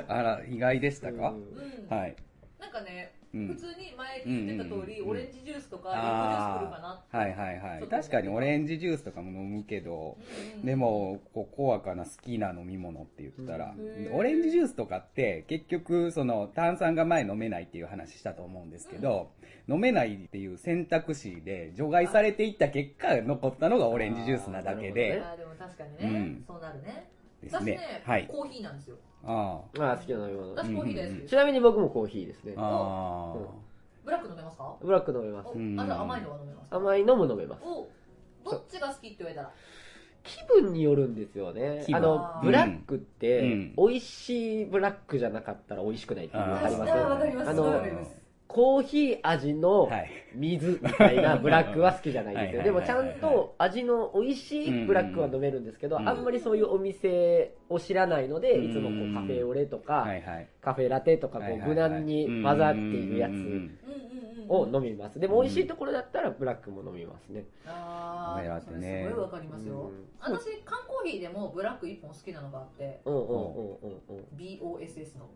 Speaker 1: た、
Speaker 2: あら意外でしたか
Speaker 3: う、ん
Speaker 1: うん
Speaker 2: はい、
Speaker 1: なんかね
Speaker 2: う
Speaker 1: 普
Speaker 2: ん、
Speaker 1: 通に前言ってた通り、
Speaker 2: うんうん
Speaker 1: オ
Speaker 2: うんうん
Speaker 1: レンジジュースとかリンゴジュース
Speaker 2: あ
Speaker 1: 来
Speaker 2: ー
Speaker 1: るかな
Speaker 2: はいはいは
Speaker 1: ちょっ
Speaker 2: い
Speaker 1: と
Speaker 2: 確かにオレンジジュースとかも飲むけどでもココアかな好きな飲み物って言ったら、
Speaker 1: うん
Speaker 2: オレンジジュースとかって結局その炭酸が前飲めないっていう話したと思うんですけど、飲めないっていう選択肢で除外されていった結果残ったのがオレンジジュースなだけ
Speaker 1: い
Speaker 2: で
Speaker 1: やーでも確かにね、
Speaker 2: うん
Speaker 1: そうなるね
Speaker 2: です
Speaker 1: 私ね
Speaker 2: ねはい
Speaker 1: コーヒーなんですよ
Speaker 2: あ
Speaker 3: まあ好きな飲み物
Speaker 1: 私コーヒー大好き
Speaker 2: うんうん
Speaker 1: で
Speaker 3: ち
Speaker 1: す、
Speaker 3: なみに僕もコーヒーですね
Speaker 2: あああ、
Speaker 1: ブラック飲めますか
Speaker 3: ブラック飲めます
Speaker 1: お
Speaker 2: うん
Speaker 1: あじゃあ甘いのは飲めますか
Speaker 3: 甘いのも飲めます
Speaker 1: おどっちが好きって言われたら
Speaker 3: 気分によるんですよね
Speaker 2: 気。分
Speaker 3: あの、ブラックっ
Speaker 2: う
Speaker 3: て
Speaker 2: ん、
Speaker 3: 美味しいブラックじゃなかったら美味しくないっていうの
Speaker 2: あ
Speaker 3: わ
Speaker 2: ー
Speaker 3: かります
Speaker 1: わかります
Speaker 3: あ
Speaker 1: わか
Speaker 3: の
Speaker 1: り、ます
Speaker 3: コーヒー味の
Speaker 2: はい。
Speaker 3: 水みた いなブラックは好きじゃないんですよ。
Speaker 2: はいはい
Speaker 3: でも
Speaker 2: はい
Speaker 3: ち
Speaker 2: はい
Speaker 3: ゃんと味の美味しいブラックは飲めるんですけど、
Speaker 2: うん
Speaker 3: あんまりそういうお店を知らないので、
Speaker 2: うん
Speaker 3: いつもこうカフェオレと
Speaker 2: は
Speaker 3: か、
Speaker 2: いはい。
Speaker 3: カフェラテとか
Speaker 2: はいは
Speaker 3: こ
Speaker 2: いは
Speaker 3: う
Speaker 2: い
Speaker 3: 無難に混ざっているや
Speaker 2: うんうんうんうん
Speaker 3: つ
Speaker 1: うんうんうん
Speaker 3: を飲みます。でも美味しいところだったらブラックも飲みますね。
Speaker 1: あ
Speaker 2: カメラ
Speaker 1: あ
Speaker 2: って
Speaker 1: それ
Speaker 2: ね
Speaker 1: すごいわかります
Speaker 3: う
Speaker 1: よ
Speaker 3: ん
Speaker 1: 私缶コーヒーでもブラック1本好きなのがあって
Speaker 3: うんうんうんうん
Speaker 1: BOSS の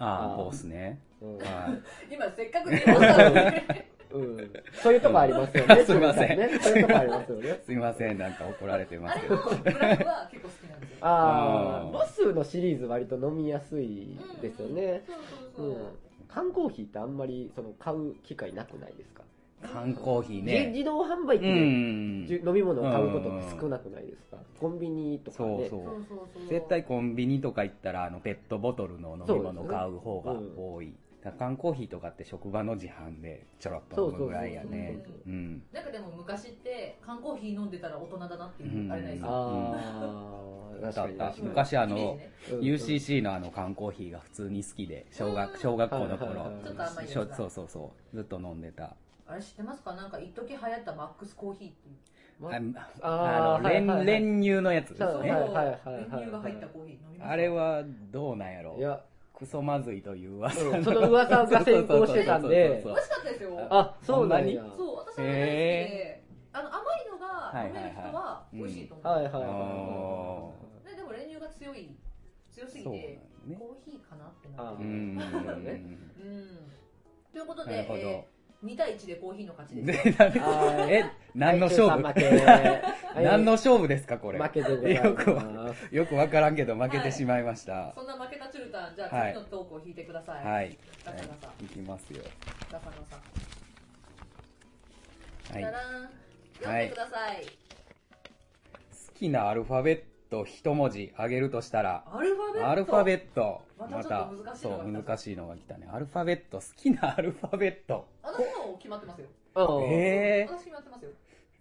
Speaker 2: あ
Speaker 3: あー
Speaker 2: あ、ボスね。
Speaker 3: うん。
Speaker 2: は
Speaker 1: 今せっかく出ましたので
Speaker 3: うんそういうとこありますよね。
Speaker 2: すいません
Speaker 3: ねそういうとこありますよね
Speaker 2: い。。すいません、なんか怒られてま
Speaker 1: あ
Speaker 2: す
Speaker 1: れ
Speaker 2: け
Speaker 1: も
Speaker 2: ど。
Speaker 1: ブラックは結構好きなんですよ
Speaker 3: あ
Speaker 2: う
Speaker 3: あ、
Speaker 2: ん
Speaker 3: ボスのシリーズ割と飲みやすいですよね。
Speaker 1: そうそう
Speaker 3: う
Speaker 1: そう、
Speaker 3: ん。缶コーヒーってあんまりその買う機会なくないですか、
Speaker 2: 缶コーヒー
Speaker 3: じ
Speaker 2: ね。
Speaker 3: 自動販売
Speaker 2: う
Speaker 3: 機で
Speaker 2: ん
Speaker 3: じ。ゅ飲み物を買うことって少なくないですかコンビニとか
Speaker 2: そう
Speaker 3: ね。
Speaker 2: そ
Speaker 1: そう
Speaker 2: う。
Speaker 1: そうそう
Speaker 2: 絶対コンビニとか行ったら、あの、ペットボトルの飲み物買う方が多い。だから缶コーヒーとかって職場の自販でちょろっと飲むぐらいやね。
Speaker 1: そうそうそう
Speaker 2: うん。
Speaker 1: なんかでも昔って缶コーヒー飲んでたら大人だなっていう、
Speaker 2: うん
Speaker 1: あれないですか
Speaker 3: ああ、確かに
Speaker 2: だっ
Speaker 3: 確
Speaker 2: た
Speaker 3: かに。
Speaker 2: 昔あの
Speaker 1: イメージね
Speaker 3: うん
Speaker 2: UCC のあの缶コーヒーが普通に好きで、小学、小学校の
Speaker 3: はいはいはい
Speaker 2: 頃。
Speaker 1: ちょっと甘いやつ
Speaker 2: しょ
Speaker 1: だ
Speaker 2: そうそうそう。ずっと飲んでた。
Speaker 1: あれ知ってますかなんか一時流行ったマックスコーヒーっていう
Speaker 3: ま
Speaker 2: あ
Speaker 3: あ
Speaker 2: あ
Speaker 3: ー
Speaker 2: の、
Speaker 3: はいはいはい
Speaker 2: 練、練乳のやつで
Speaker 3: そう
Speaker 2: す
Speaker 3: はい
Speaker 2: ね
Speaker 3: は。いはい
Speaker 1: 練乳が入ったコーヒー飲みました
Speaker 2: あれはどうなんやろ
Speaker 3: いや、
Speaker 2: クソまずいという噂
Speaker 3: うんその噂が先行してたんで
Speaker 2: そ
Speaker 1: 美
Speaker 2: うそうそうそう
Speaker 1: 味しかったですよ
Speaker 3: あ、そうなんや。
Speaker 1: そう私は大好きで、
Speaker 2: へ
Speaker 1: あの甘いのが飲める人は美味しいと思う、
Speaker 3: はいはいはい
Speaker 2: あ
Speaker 1: ででも練乳が強い強すぎ
Speaker 2: そうなん
Speaker 1: て
Speaker 2: だね
Speaker 1: コーヒーかなってなっ
Speaker 2: う
Speaker 1: て
Speaker 3: あ
Speaker 1: るう
Speaker 2: ん
Speaker 1: んということ
Speaker 2: なる
Speaker 1: で、
Speaker 2: ほ
Speaker 1: えー、2対1でコーヒーの勝ち
Speaker 2: ど
Speaker 1: です
Speaker 2: でなんで
Speaker 3: はい
Speaker 2: え何の
Speaker 3: は
Speaker 2: 勝
Speaker 3: い
Speaker 2: 負
Speaker 3: 負け。
Speaker 2: 何の勝負ですかこれ
Speaker 3: 負けでござい
Speaker 2: よくわ
Speaker 3: ます。
Speaker 2: よくわからんけど負けてしまいました
Speaker 1: そんな負けたチュルタンじゃあ
Speaker 2: はい
Speaker 1: 次のトークを引いてください、
Speaker 2: はい
Speaker 1: ガサガサ
Speaker 2: いきますよ
Speaker 1: ガサガサダダン読ん
Speaker 2: はい好
Speaker 1: でください、
Speaker 2: きなアルファベット一文字あげるとしたら
Speaker 1: アルファベット
Speaker 2: アルファベット
Speaker 1: ま
Speaker 2: ま
Speaker 1: たちょ
Speaker 2: た
Speaker 1: っと難しい
Speaker 2: そ
Speaker 1: のが来た
Speaker 2: う難しいのが来たねアルファベット好きなアルファベット
Speaker 1: 私もう決まってますよ
Speaker 3: え
Speaker 2: えー
Speaker 1: 私決まってますよ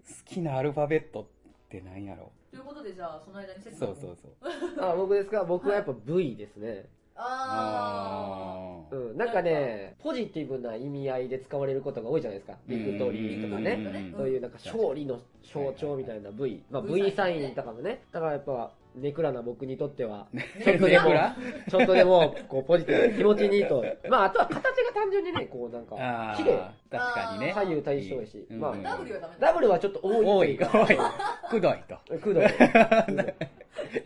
Speaker 2: 好きなアルファベットって何やろ
Speaker 1: ということでじゃあその間に説
Speaker 2: そうそうそう
Speaker 3: あ、僕ですか僕はやっぱ V ですね。
Speaker 1: あ
Speaker 2: ー
Speaker 3: うん。なんかね、ポジティブな意味合いで使われることが多いじゃないですか。ビクトリーと
Speaker 2: うん
Speaker 3: か
Speaker 2: うん
Speaker 3: ね。
Speaker 2: うんうん
Speaker 3: そういうなんか勝利の象徴みたいな V。まあ V サインとかもね。だからやっぱ、ネクラな僕にとっては、
Speaker 1: ー
Speaker 3: ちょっと
Speaker 2: ネ
Speaker 3: で
Speaker 2: ク
Speaker 3: も
Speaker 2: ラ、
Speaker 3: ちょっとでも、こう、ポジティブな気持ちにいい と。まあ、あとは形が単純にね、こう、なんか、
Speaker 2: あー
Speaker 3: 綺麗
Speaker 2: 確かにね
Speaker 3: 左右対称やしまあ
Speaker 2: うん
Speaker 1: W はダメだ
Speaker 3: ダブルはちょっと多い
Speaker 2: 多
Speaker 3: とい
Speaker 2: いう
Speaker 3: か。
Speaker 2: 多いくどいと
Speaker 3: くどい。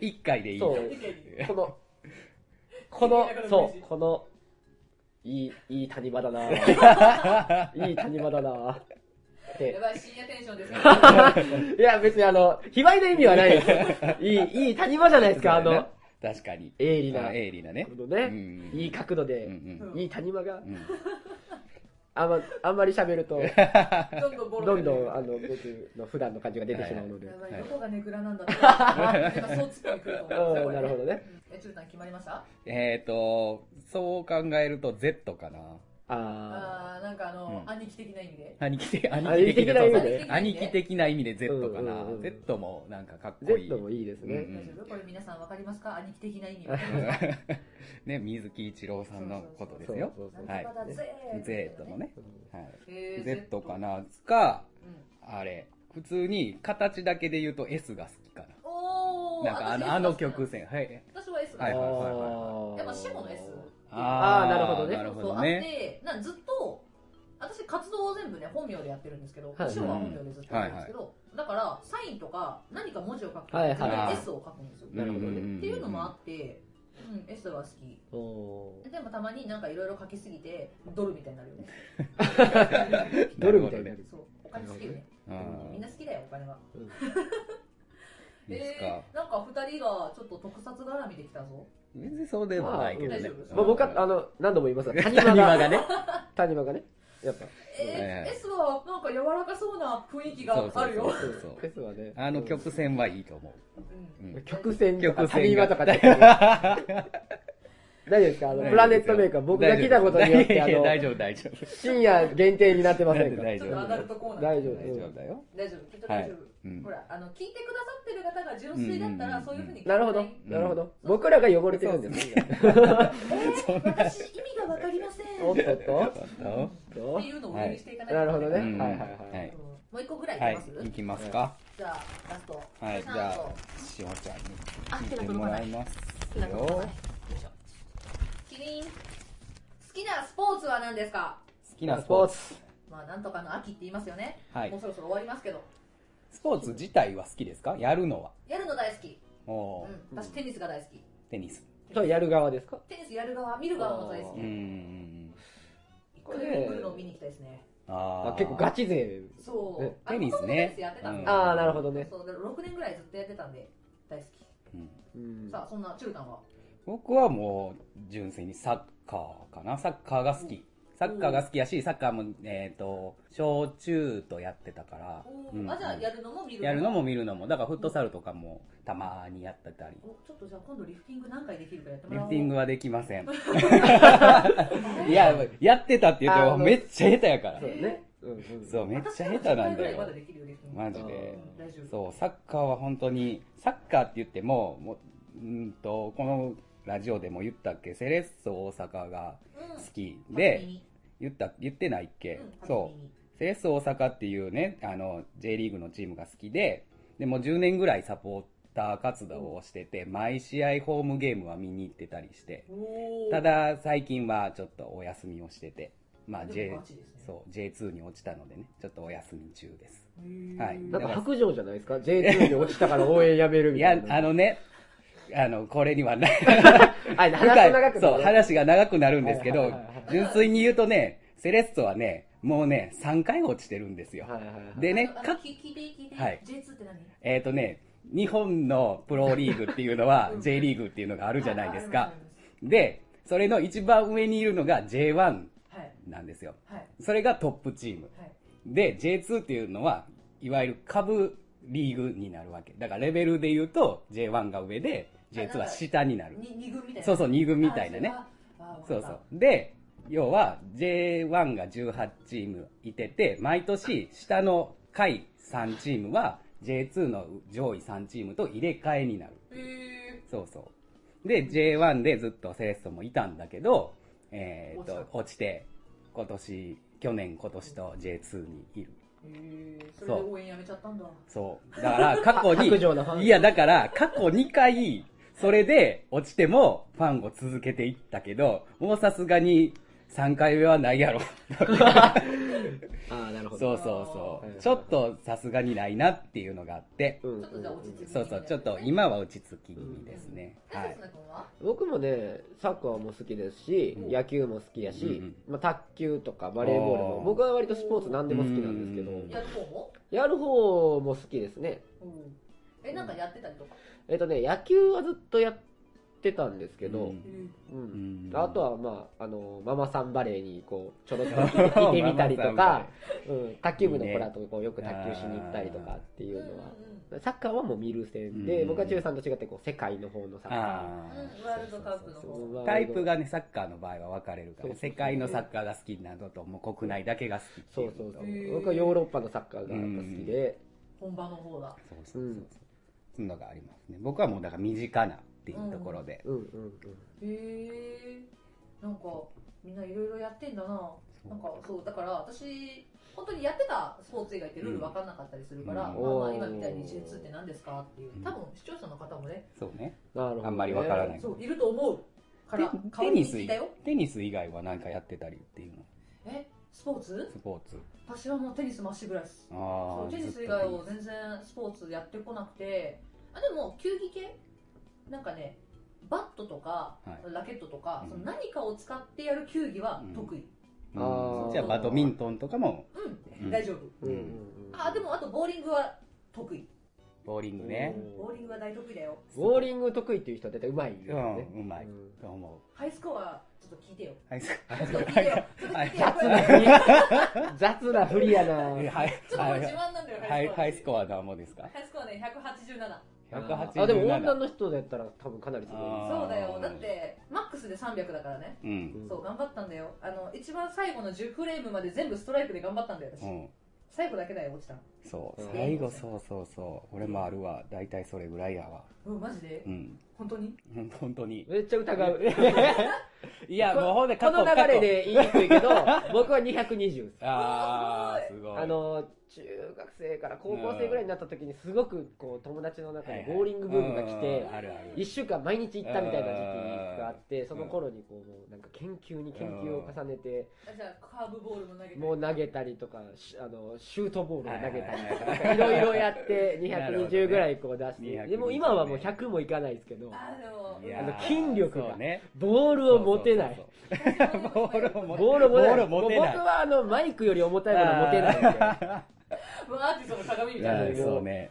Speaker 2: 一回でいいと
Speaker 3: そう
Speaker 1: 意見に
Speaker 3: この、この、そう、この、いい、いい谷間だないい谷間だなって
Speaker 1: や。ばい深夜テンションですけど
Speaker 3: いや、別にあの、卑猥な意味はないです。 いい、いい谷間じゃないですか、あ
Speaker 2: そうだ
Speaker 3: の
Speaker 2: ね、確かに
Speaker 3: 鋭利な、
Speaker 2: あ鋭利なね
Speaker 3: この
Speaker 2: う
Speaker 3: ね、
Speaker 2: ん
Speaker 3: いい角度
Speaker 2: うんう
Speaker 3: で、
Speaker 2: ん
Speaker 3: いい谷間が
Speaker 2: う、ん
Speaker 3: あんま、あんまり喋ると、
Speaker 1: どんどんボロ
Speaker 3: ど
Speaker 1: 出
Speaker 3: ん
Speaker 1: て
Speaker 3: ど
Speaker 1: くる
Speaker 3: ん、あの、僕の普段の感じが出てしまうので。
Speaker 1: や
Speaker 3: う、
Speaker 1: ばい
Speaker 2: はい
Speaker 1: どこがネクラなんだ って今そう突っ込みくると思うん
Speaker 3: なるほどね。
Speaker 1: えチュルタン決まりました
Speaker 2: えっとそう考えると Z かな
Speaker 3: あ
Speaker 1: あーなんかあの
Speaker 2: うん
Speaker 1: 兄貴的な意味で
Speaker 2: 兄貴的
Speaker 3: 兄貴的な意味で
Speaker 2: そうそう兄貴的な意味で Z かな
Speaker 3: うんうんうん
Speaker 2: Z もなんかかっ
Speaker 3: ー、
Speaker 2: こいい
Speaker 3: Z もいいですね。
Speaker 2: うん
Speaker 1: 大丈夫これ皆さんわかりますか兄貴的な 意味わかりますか
Speaker 2: ね水木一郎さんのことですよ
Speaker 3: そうそう
Speaker 2: は
Speaker 1: ないんとかだぜー
Speaker 2: Z のね
Speaker 3: うん
Speaker 2: はい
Speaker 1: えー
Speaker 2: Z かなか
Speaker 1: うん
Speaker 2: あれ普通に形だけで言うと S が好きか
Speaker 1: お
Speaker 2: な
Speaker 1: ー
Speaker 2: なんかあ
Speaker 1: 私
Speaker 2: のあの曲線はい
Speaker 1: 私は S だ
Speaker 2: はいはいはい
Speaker 3: あー
Speaker 1: やっぱ死後の S
Speaker 3: あーなるほどね
Speaker 2: なるほど
Speaker 1: そうあっ
Speaker 2: ね
Speaker 1: てなんかずっと私活動を全部ね本名でやってるんですけど
Speaker 3: はい
Speaker 1: 師匠は本名でずっとやってるんですけど、だからサインとか何か文字を書くと
Speaker 3: はいはい
Speaker 1: 自分で
Speaker 2: はい
Speaker 1: S を書くんですよ、
Speaker 3: なるほどね
Speaker 1: っていうのもあって、うん、S は好き
Speaker 3: おー
Speaker 1: でもたまになんかいろいろ書きすぎてドルみたいになるよね
Speaker 3: ドルみたいになる。
Speaker 1: そうお金好きよね
Speaker 2: なるほど
Speaker 1: みん
Speaker 2: ね
Speaker 1: な好きだよお金は
Speaker 3: うん
Speaker 2: うんですか
Speaker 1: えー、なんか二人がちょっと特撮絡みできたぞ
Speaker 2: 全然そうでもないけどね
Speaker 1: あうん
Speaker 3: まあ、僕は、あ
Speaker 2: の
Speaker 3: の、何度も言いま すが、谷
Speaker 2: 谷
Speaker 3: 間
Speaker 2: 間
Speaker 3: が、
Speaker 2: がね
Speaker 3: 谷間がね、やっぱ。
Speaker 2: はい
Speaker 1: えー、
Speaker 2: はい
Speaker 1: S はなんか柔らかそうな雰囲気があるよ
Speaker 2: そうそうそう
Speaker 3: S はね。
Speaker 2: あの曲線はいいと思
Speaker 1: うん
Speaker 2: ううん
Speaker 3: 曲線とか
Speaker 2: 曲線が
Speaker 3: 谷間とかちょっとね大丈夫ですかあの、プラネットメーカー、僕が来たことによって、
Speaker 2: いや
Speaker 3: あ
Speaker 2: いや大
Speaker 3: の、
Speaker 2: 丈夫、大丈夫。
Speaker 3: 深夜限定になってませんから。
Speaker 2: 大
Speaker 1: ち
Speaker 2: 丈
Speaker 1: ょっ
Speaker 2: 夫
Speaker 1: とアダルトコーナー
Speaker 3: 大丈夫
Speaker 2: 大丈夫だよ。
Speaker 1: 大丈夫きっと大丈夫、
Speaker 2: うん
Speaker 1: ほ。らあの聞いてくださってる方が純粋だったら、
Speaker 2: うん
Speaker 1: そういうふうに
Speaker 3: なるほど、なるほど。僕らが汚れてるんですね。
Speaker 1: えー、私意味がわかりません
Speaker 3: おっとっ
Speaker 2: ち
Speaker 3: と
Speaker 2: ょっと
Speaker 3: お
Speaker 1: っ
Speaker 3: って
Speaker 1: いうのを売りにしていかないと
Speaker 3: となるほどね。は
Speaker 2: う
Speaker 3: い
Speaker 2: ん
Speaker 3: はい
Speaker 2: は
Speaker 3: はいい。
Speaker 1: もう一個ぐらいい
Speaker 2: は
Speaker 1: き
Speaker 2: い
Speaker 1: ます、、
Speaker 2: 行きますか。
Speaker 1: じゃあラスト
Speaker 2: はい、じゃあ、しおちゃん
Speaker 1: あ
Speaker 2: に
Speaker 1: 手が
Speaker 2: 聞いて
Speaker 1: 届
Speaker 2: も
Speaker 1: からない
Speaker 2: います
Speaker 1: 手が届かない
Speaker 2: よ
Speaker 1: よ。いしょキリン好きなスポーツは何ですか
Speaker 2: 好きなスポーツ。
Speaker 3: ツ。
Speaker 1: まあなんとかの秋って言いますよね、
Speaker 2: はい
Speaker 1: もう。そろそろ終わりますけど
Speaker 2: スポーツ自体は好きですかやるのは。
Speaker 1: やるの大好き、
Speaker 2: お
Speaker 1: う
Speaker 2: ー
Speaker 1: ん、私テニスが大好き
Speaker 2: テニス。
Speaker 3: とやる側ですか
Speaker 1: テニスやる側見る側も大好
Speaker 2: う
Speaker 1: き
Speaker 2: んうんうん。
Speaker 1: 一回見るのを見に行きたいですね
Speaker 2: あ
Speaker 3: あ
Speaker 2: ー
Speaker 3: 結構ガ。チ勢。
Speaker 1: そう
Speaker 3: え
Speaker 1: あ
Speaker 2: テニス
Speaker 1: 元々テニ
Speaker 2: ね
Speaker 1: スやってたんで、
Speaker 2: うん
Speaker 3: ああ、なるほどね。
Speaker 1: そうだから6年ぐらいずっとやってたんで大好き、
Speaker 2: うん
Speaker 3: うん
Speaker 1: さあそんなチュルタンは
Speaker 2: 僕はもう、純粋にサッカーかな。サッカーが好き。サッカーが好きやし、サッカーも、えっ、と、小中とやってたから。
Speaker 1: お
Speaker 2: う
Speaker 1: ー
Speaker 2: ん
Speaker 1: あじゃあやるのも見る
Speaker 2: やるのも見るのも。だからフットサルとかもたまにやってたり。
Speaker 1: おちょっとじゃあ今度リフティング何回できるかやっても
Speaker 2: リ
Speaker 1: ら
Speaker 2: フ
Speaker 1: おう
Speaker 2: ティン グはできません。い
Speaker 1: や
Speaker 2: や、やってたって言ってもめっちゃ下手やから
Speaker 3: そ。うね。うんうん
Speaker 2: そう、めっちゃ下手なんだ
Speaker 1: ま
Speaker 2: よ
Speaker 1: だ。できるよリフティング
Speaker 2: マジで。
Speaker 1: うん大丈夫
Speaker 2: そう、サッカーは本当に、サッカーって言っても、もう、うーんと、このラジオでも言ったっけ、セレッソ大阪が好き
Speaker 1: うん
Speaker 2: で、言った、言ってないっけ、そうう、セレッソ大阪っていうね、あの、J リーグのチームが好きで、でもう10年ぐらいサポーター活動をしてて、毎試合ホームゲームは見に行ってたりして、
Speaker 1: んおー
Speaker 2: ただ最近はちょっとお休みをしてて、まあ
Speaker 1: で
Speaker 2: J
Speaker 1: もガ、チですね
Speaker 2: そう、J2 に落ちたのでね、ちょっとお休み中です。
Speaker 1: へー
Speaker 2: はい
Speaker 3: なんか白状じゃないですか ?J2 に落ちたから応援やめるみ
Speaker 2: い
Speaker 3: た
Speaker 2: や
Speaker 3: い、な。
Speaker 2: あのね、あの、これにはない。
Speaker 3: あ、話が長くなる
Speaker 2: そう、話が長くなるんですけ
Speaker 3: は
Speaker 2: ど
Speaker 3: いはいはいはい、
Speaker 2: 純粋に言うとね、セレッソはね、もうね、3回落ちてるんですよ。
Speaker 3: はいはいはい。
Speaker 2: でね
Speaker 1: あの、あの
Speaker 2: か、
Speaker 1: 聞聞いて聞いて、
Speaker 2: はい
Speaker 1: J2 って何
Speaker 2: えっ、とね、日本のプロリーグっていうのは
Speaker 1: う、ん
Speaker 2: J リーグっていうのがあるじゃないで
Speaker 1: あ
Speaker 2: す
Speaker 1: あ
Speaker 2: か
Speaker 1: り。ますあり
Speaker 2: で、それの一番上にいるのが J1
Speaker 1: ますはい
Speaker 2: なんですよ。
Speaker 1: はい
Speaker 2: それがトップチーム。
Speaker 1: はい
Speaker 2: で、J2 っていうのは、いわゆる株リーグになるわけ。だからレベルで言うと、J1 が上で、J2 は下になる。
Speaker 1: に二軍みたいな
Speaker 2: そうそう、2軍
Speaker 1: う
Speaker 2: みたいなね。そうそう。で、要は J1 が18チームいてて、毎年下の下位3チームは J2 の上位3チームと入れ替えになる。
Speaker 1: へ
Speaker 2: そうそう。で、J1 でずっとセレッソもいたんだけど、えっ、と、落ちて、今年、去年今年と J2 にいる。
Speaker 1: えそれで応援やめちゃったんだ
Speaker 2: そう。だから過去
Speaker 3: 白状なファン
Speaker 2: に、いやだから過去2回、それで落ちてもファンを続けていったけど、もうさすがに3回目はないやろ。
Speaker 3: あーなるほど。
Speaker 2: そうそうそ
Speaker 3: あー
Speaker 2: う。ちょっとさすがにないなっていうのがあって、
Speaker 3: うんうん
Speaker 1: ちょっとじゃあ落ち着いて
Speaker 2: そうそう、ちょっと今は落ち着き気味ですね。は
Speaker 1: はいい。君は
Speaker 3: 僕もね、サッカーも好きですし、
Speaker 1: うん
Speaker 3: 野球も好きやし、
Speaker 2: うんうん
Speaker 3: まあ、卓球とかバレーボール
Speaker 2: あ
Speaker 3: も
Speaker 2: ー、
Speaker 3: 僕は割とスポーツ何でも好きなんですけど、
Speaker 2: うん
Speaker 1: やる方も
Speaker 3: やる方も好きですね。
Speaker 1: うんえなんかやってたりとか
Speaker 3: えっとね、野球はずっとやってたんですけど、
Speaker 2: うん
Speaker 3: うん
Speaker 2: うん
Speaker 3: あとは、まあ、あの、ママさんバレーに、こう、ちょ ろちょろ行ってみたりと
Speaker 2: ママさんバ
Speaker 3: か、うん、卓球部の子らとこうよく卓球しに行ったりとかっていうのは、サッカーはもう見る線で、
Speaker 2: うん
Speaker 3: 僕は中さんと違って、こう、世界の方のサッカ ー。
Speaker 2: あ
Speaker 1: うんうん
Speaker 2: ー
Speaker 1: ワールドカップの
Speaker 3: そうそう
Speaker 1: 方
Speaker 3: そう
Speaker 2: タイプがね、サッカーの場合は分かれるか
Speaker 3: そう
Speaker 2: ら、
Speaker 3: そうそう
Speaker 2: 世界のサッカーが好きなのと、もう国内だけが好きって
Speaker 3: そ
Speaker 2: いうのと。
Speaker 3: そうそう
Speaker 1: へー。
Speaker 3: 僕はヨーロッパのサッカーがやっぱ好きで、
Speaker 1: 本場の方だ
Speaker 2: そうそうそうそう。そういうのがありますね。僕はもうだから身近なっていうところで。
Speaker 3: うんうんうん。
Speaker 1: へえなんかみんないろいろやってんだななんかそうだから私本当にやってたスポーツ以外ってルール分かんなかったりするから、まあ
Speaker 2: うん
Speaker 1: まあ
Speaker 3: おー
Speaker 1: 今みたいに J2 って何ですかっていう
Speaker 2: うん
Speaker 1: 多分視聴者の方もね
Speaker 2: そうね。
Speaker 3: なるほど、ね。
Speaker 2: あんまりわからない
Speaker 1: そういると思うから
Speaker 2: テ
Speaker 1: 代わりに聞いたよ
Speaker 2: テニス以外は何かやってたりっていうの
Speaker 1: えスポーツ
Speaker 2: スポーツ。
Speaker 1: 私はもうテニスまっしぐらいです
Speaker 2: あ
Speaker 1: そう
Speaker 2: あ。
Speaker 1: テニス以外を全然スポーツやってこなくてあでも球技系なんかねバットとか、
Speaker 2: は
Speaker 1: ラケットとか、
Speaker 2: うん
Speaker 1: その何かを使ってやる球技は得意
Speaker 2: うん
Speaker 3: あー
Speaker 2: じゃあバドミントンとかも、
Speaker 1: うん、
Speaker 2: うん
Speaker 1: 大丈夫
Speaker 3: うんうんうん。
Speaker 1: あでもあとボーリングは得意
Speaker 2: ボーリングね。
Speaker 1: ボーリングは大得意だよ
Speaker 3: ボーリング得意っていう人は大体うまい
Speaker 2: う
Speaker 3: よね
Speaker 2: ん、。うまい。
Speaker 3: うん
Speaker 2: と思
Speaker 1: ハイスコアちょっと聞いてよ
Speaker 2: う。 はい、
Speaker 1: ちょっと聞いてよちょっと聞いてよ
Speaker 3: 雑
Speaker 1: これち
Speaker 3: な振り。雑な振りやな。
Speaker 2: はい、はい、
Speaker 1: ょっとこれ自慢なんだよ
Speaker 2: はい、ハイス
Speaker 1: ア
Speaker 2: コアは何もですか
Speaker 1: ハイスコアね187
Speaker 2: 187
Speaker 3: あでも女の人だったら多分かなりすごい
Speaker 2: あー
Speaker 1: そうだよだってマックスで300だからね
Speaker 2: うん、
Speaker 3: うん
Speaker 1: そう頑張ったんだよあの一番最後の10フレームまで全部ストライクで頑張ったんだよ私、
Speaker 2: うん、
Speaker 1: 最後だけだよ落ちたの
Speaker 2: そう
Speaker 3: うん
Speaker 2: 最後そうそうそう俺もあるわ大体それぐらいやわ
Speaker 1: うんマジで、
Speaker 2: うん
Speaker 1: 本当に
Speaker 2: うん本当に
Speaker 3: めっちゃ疑 う
Speaker 2: いや
Speaker 3: こ
Speaker 2: もうほんで過
Speaker 3: こ
Speaker 2: 去
Speaker 3: の流れで言いにくいけど僕は220です
Speaker 2: 過去ああすごい
Speaker 3: あの中学生から高校生ぐらいになった時にすごくこう友達の中
Speaker 2: はい
Speaker 3: に
Speaker 2: はい
Speaker 3: ボーリングブームが来
Speaker 2: う
Speaker 3: て
Speaker 2: んあるある
Speaker 3: 1週間毎日行ったみたいな時期があってその頃にこうもうなんか研究に研究を重ねて
Speaker 1: あじゃあカーブボールも投げて
Speaker 3: もう投げたりとかしあのシュートボールを投げたりと
Speaker 2: はい
Speaker 3: かいろいろやって
Speaker 2: なるほどね
Speaker 3: 220ぐらいこう出して
Speaker 2: 220
Speaker 3: でも今はもう100もいかないですけど
Speaker 1: あでも
Speaker 2: いや
Speaker 3: あ
Speaker 2: ー
Speaker 3: の筋力が
Speaker 2: そうね
Speaker 3: ボールを持てない
Speaker 2: そうそう
Speaker 1: ボ
Speaker 2: そうボールを持て
Speaker 3: ボールを持てない
Speaker 2: ボールを持て
Speaker 3: もう
Speaker 2: ない
Speaker 3: 僕はあのマイクより重たいものは持てないんで
Speaker 1: もうアーティストの鏡み
Speaker 2: い
Speaker 1: たいな私
Speaker 2: や
Speaker 1: も
Speaker 3: ー
Speaker 1: で
Speaker 2: そうね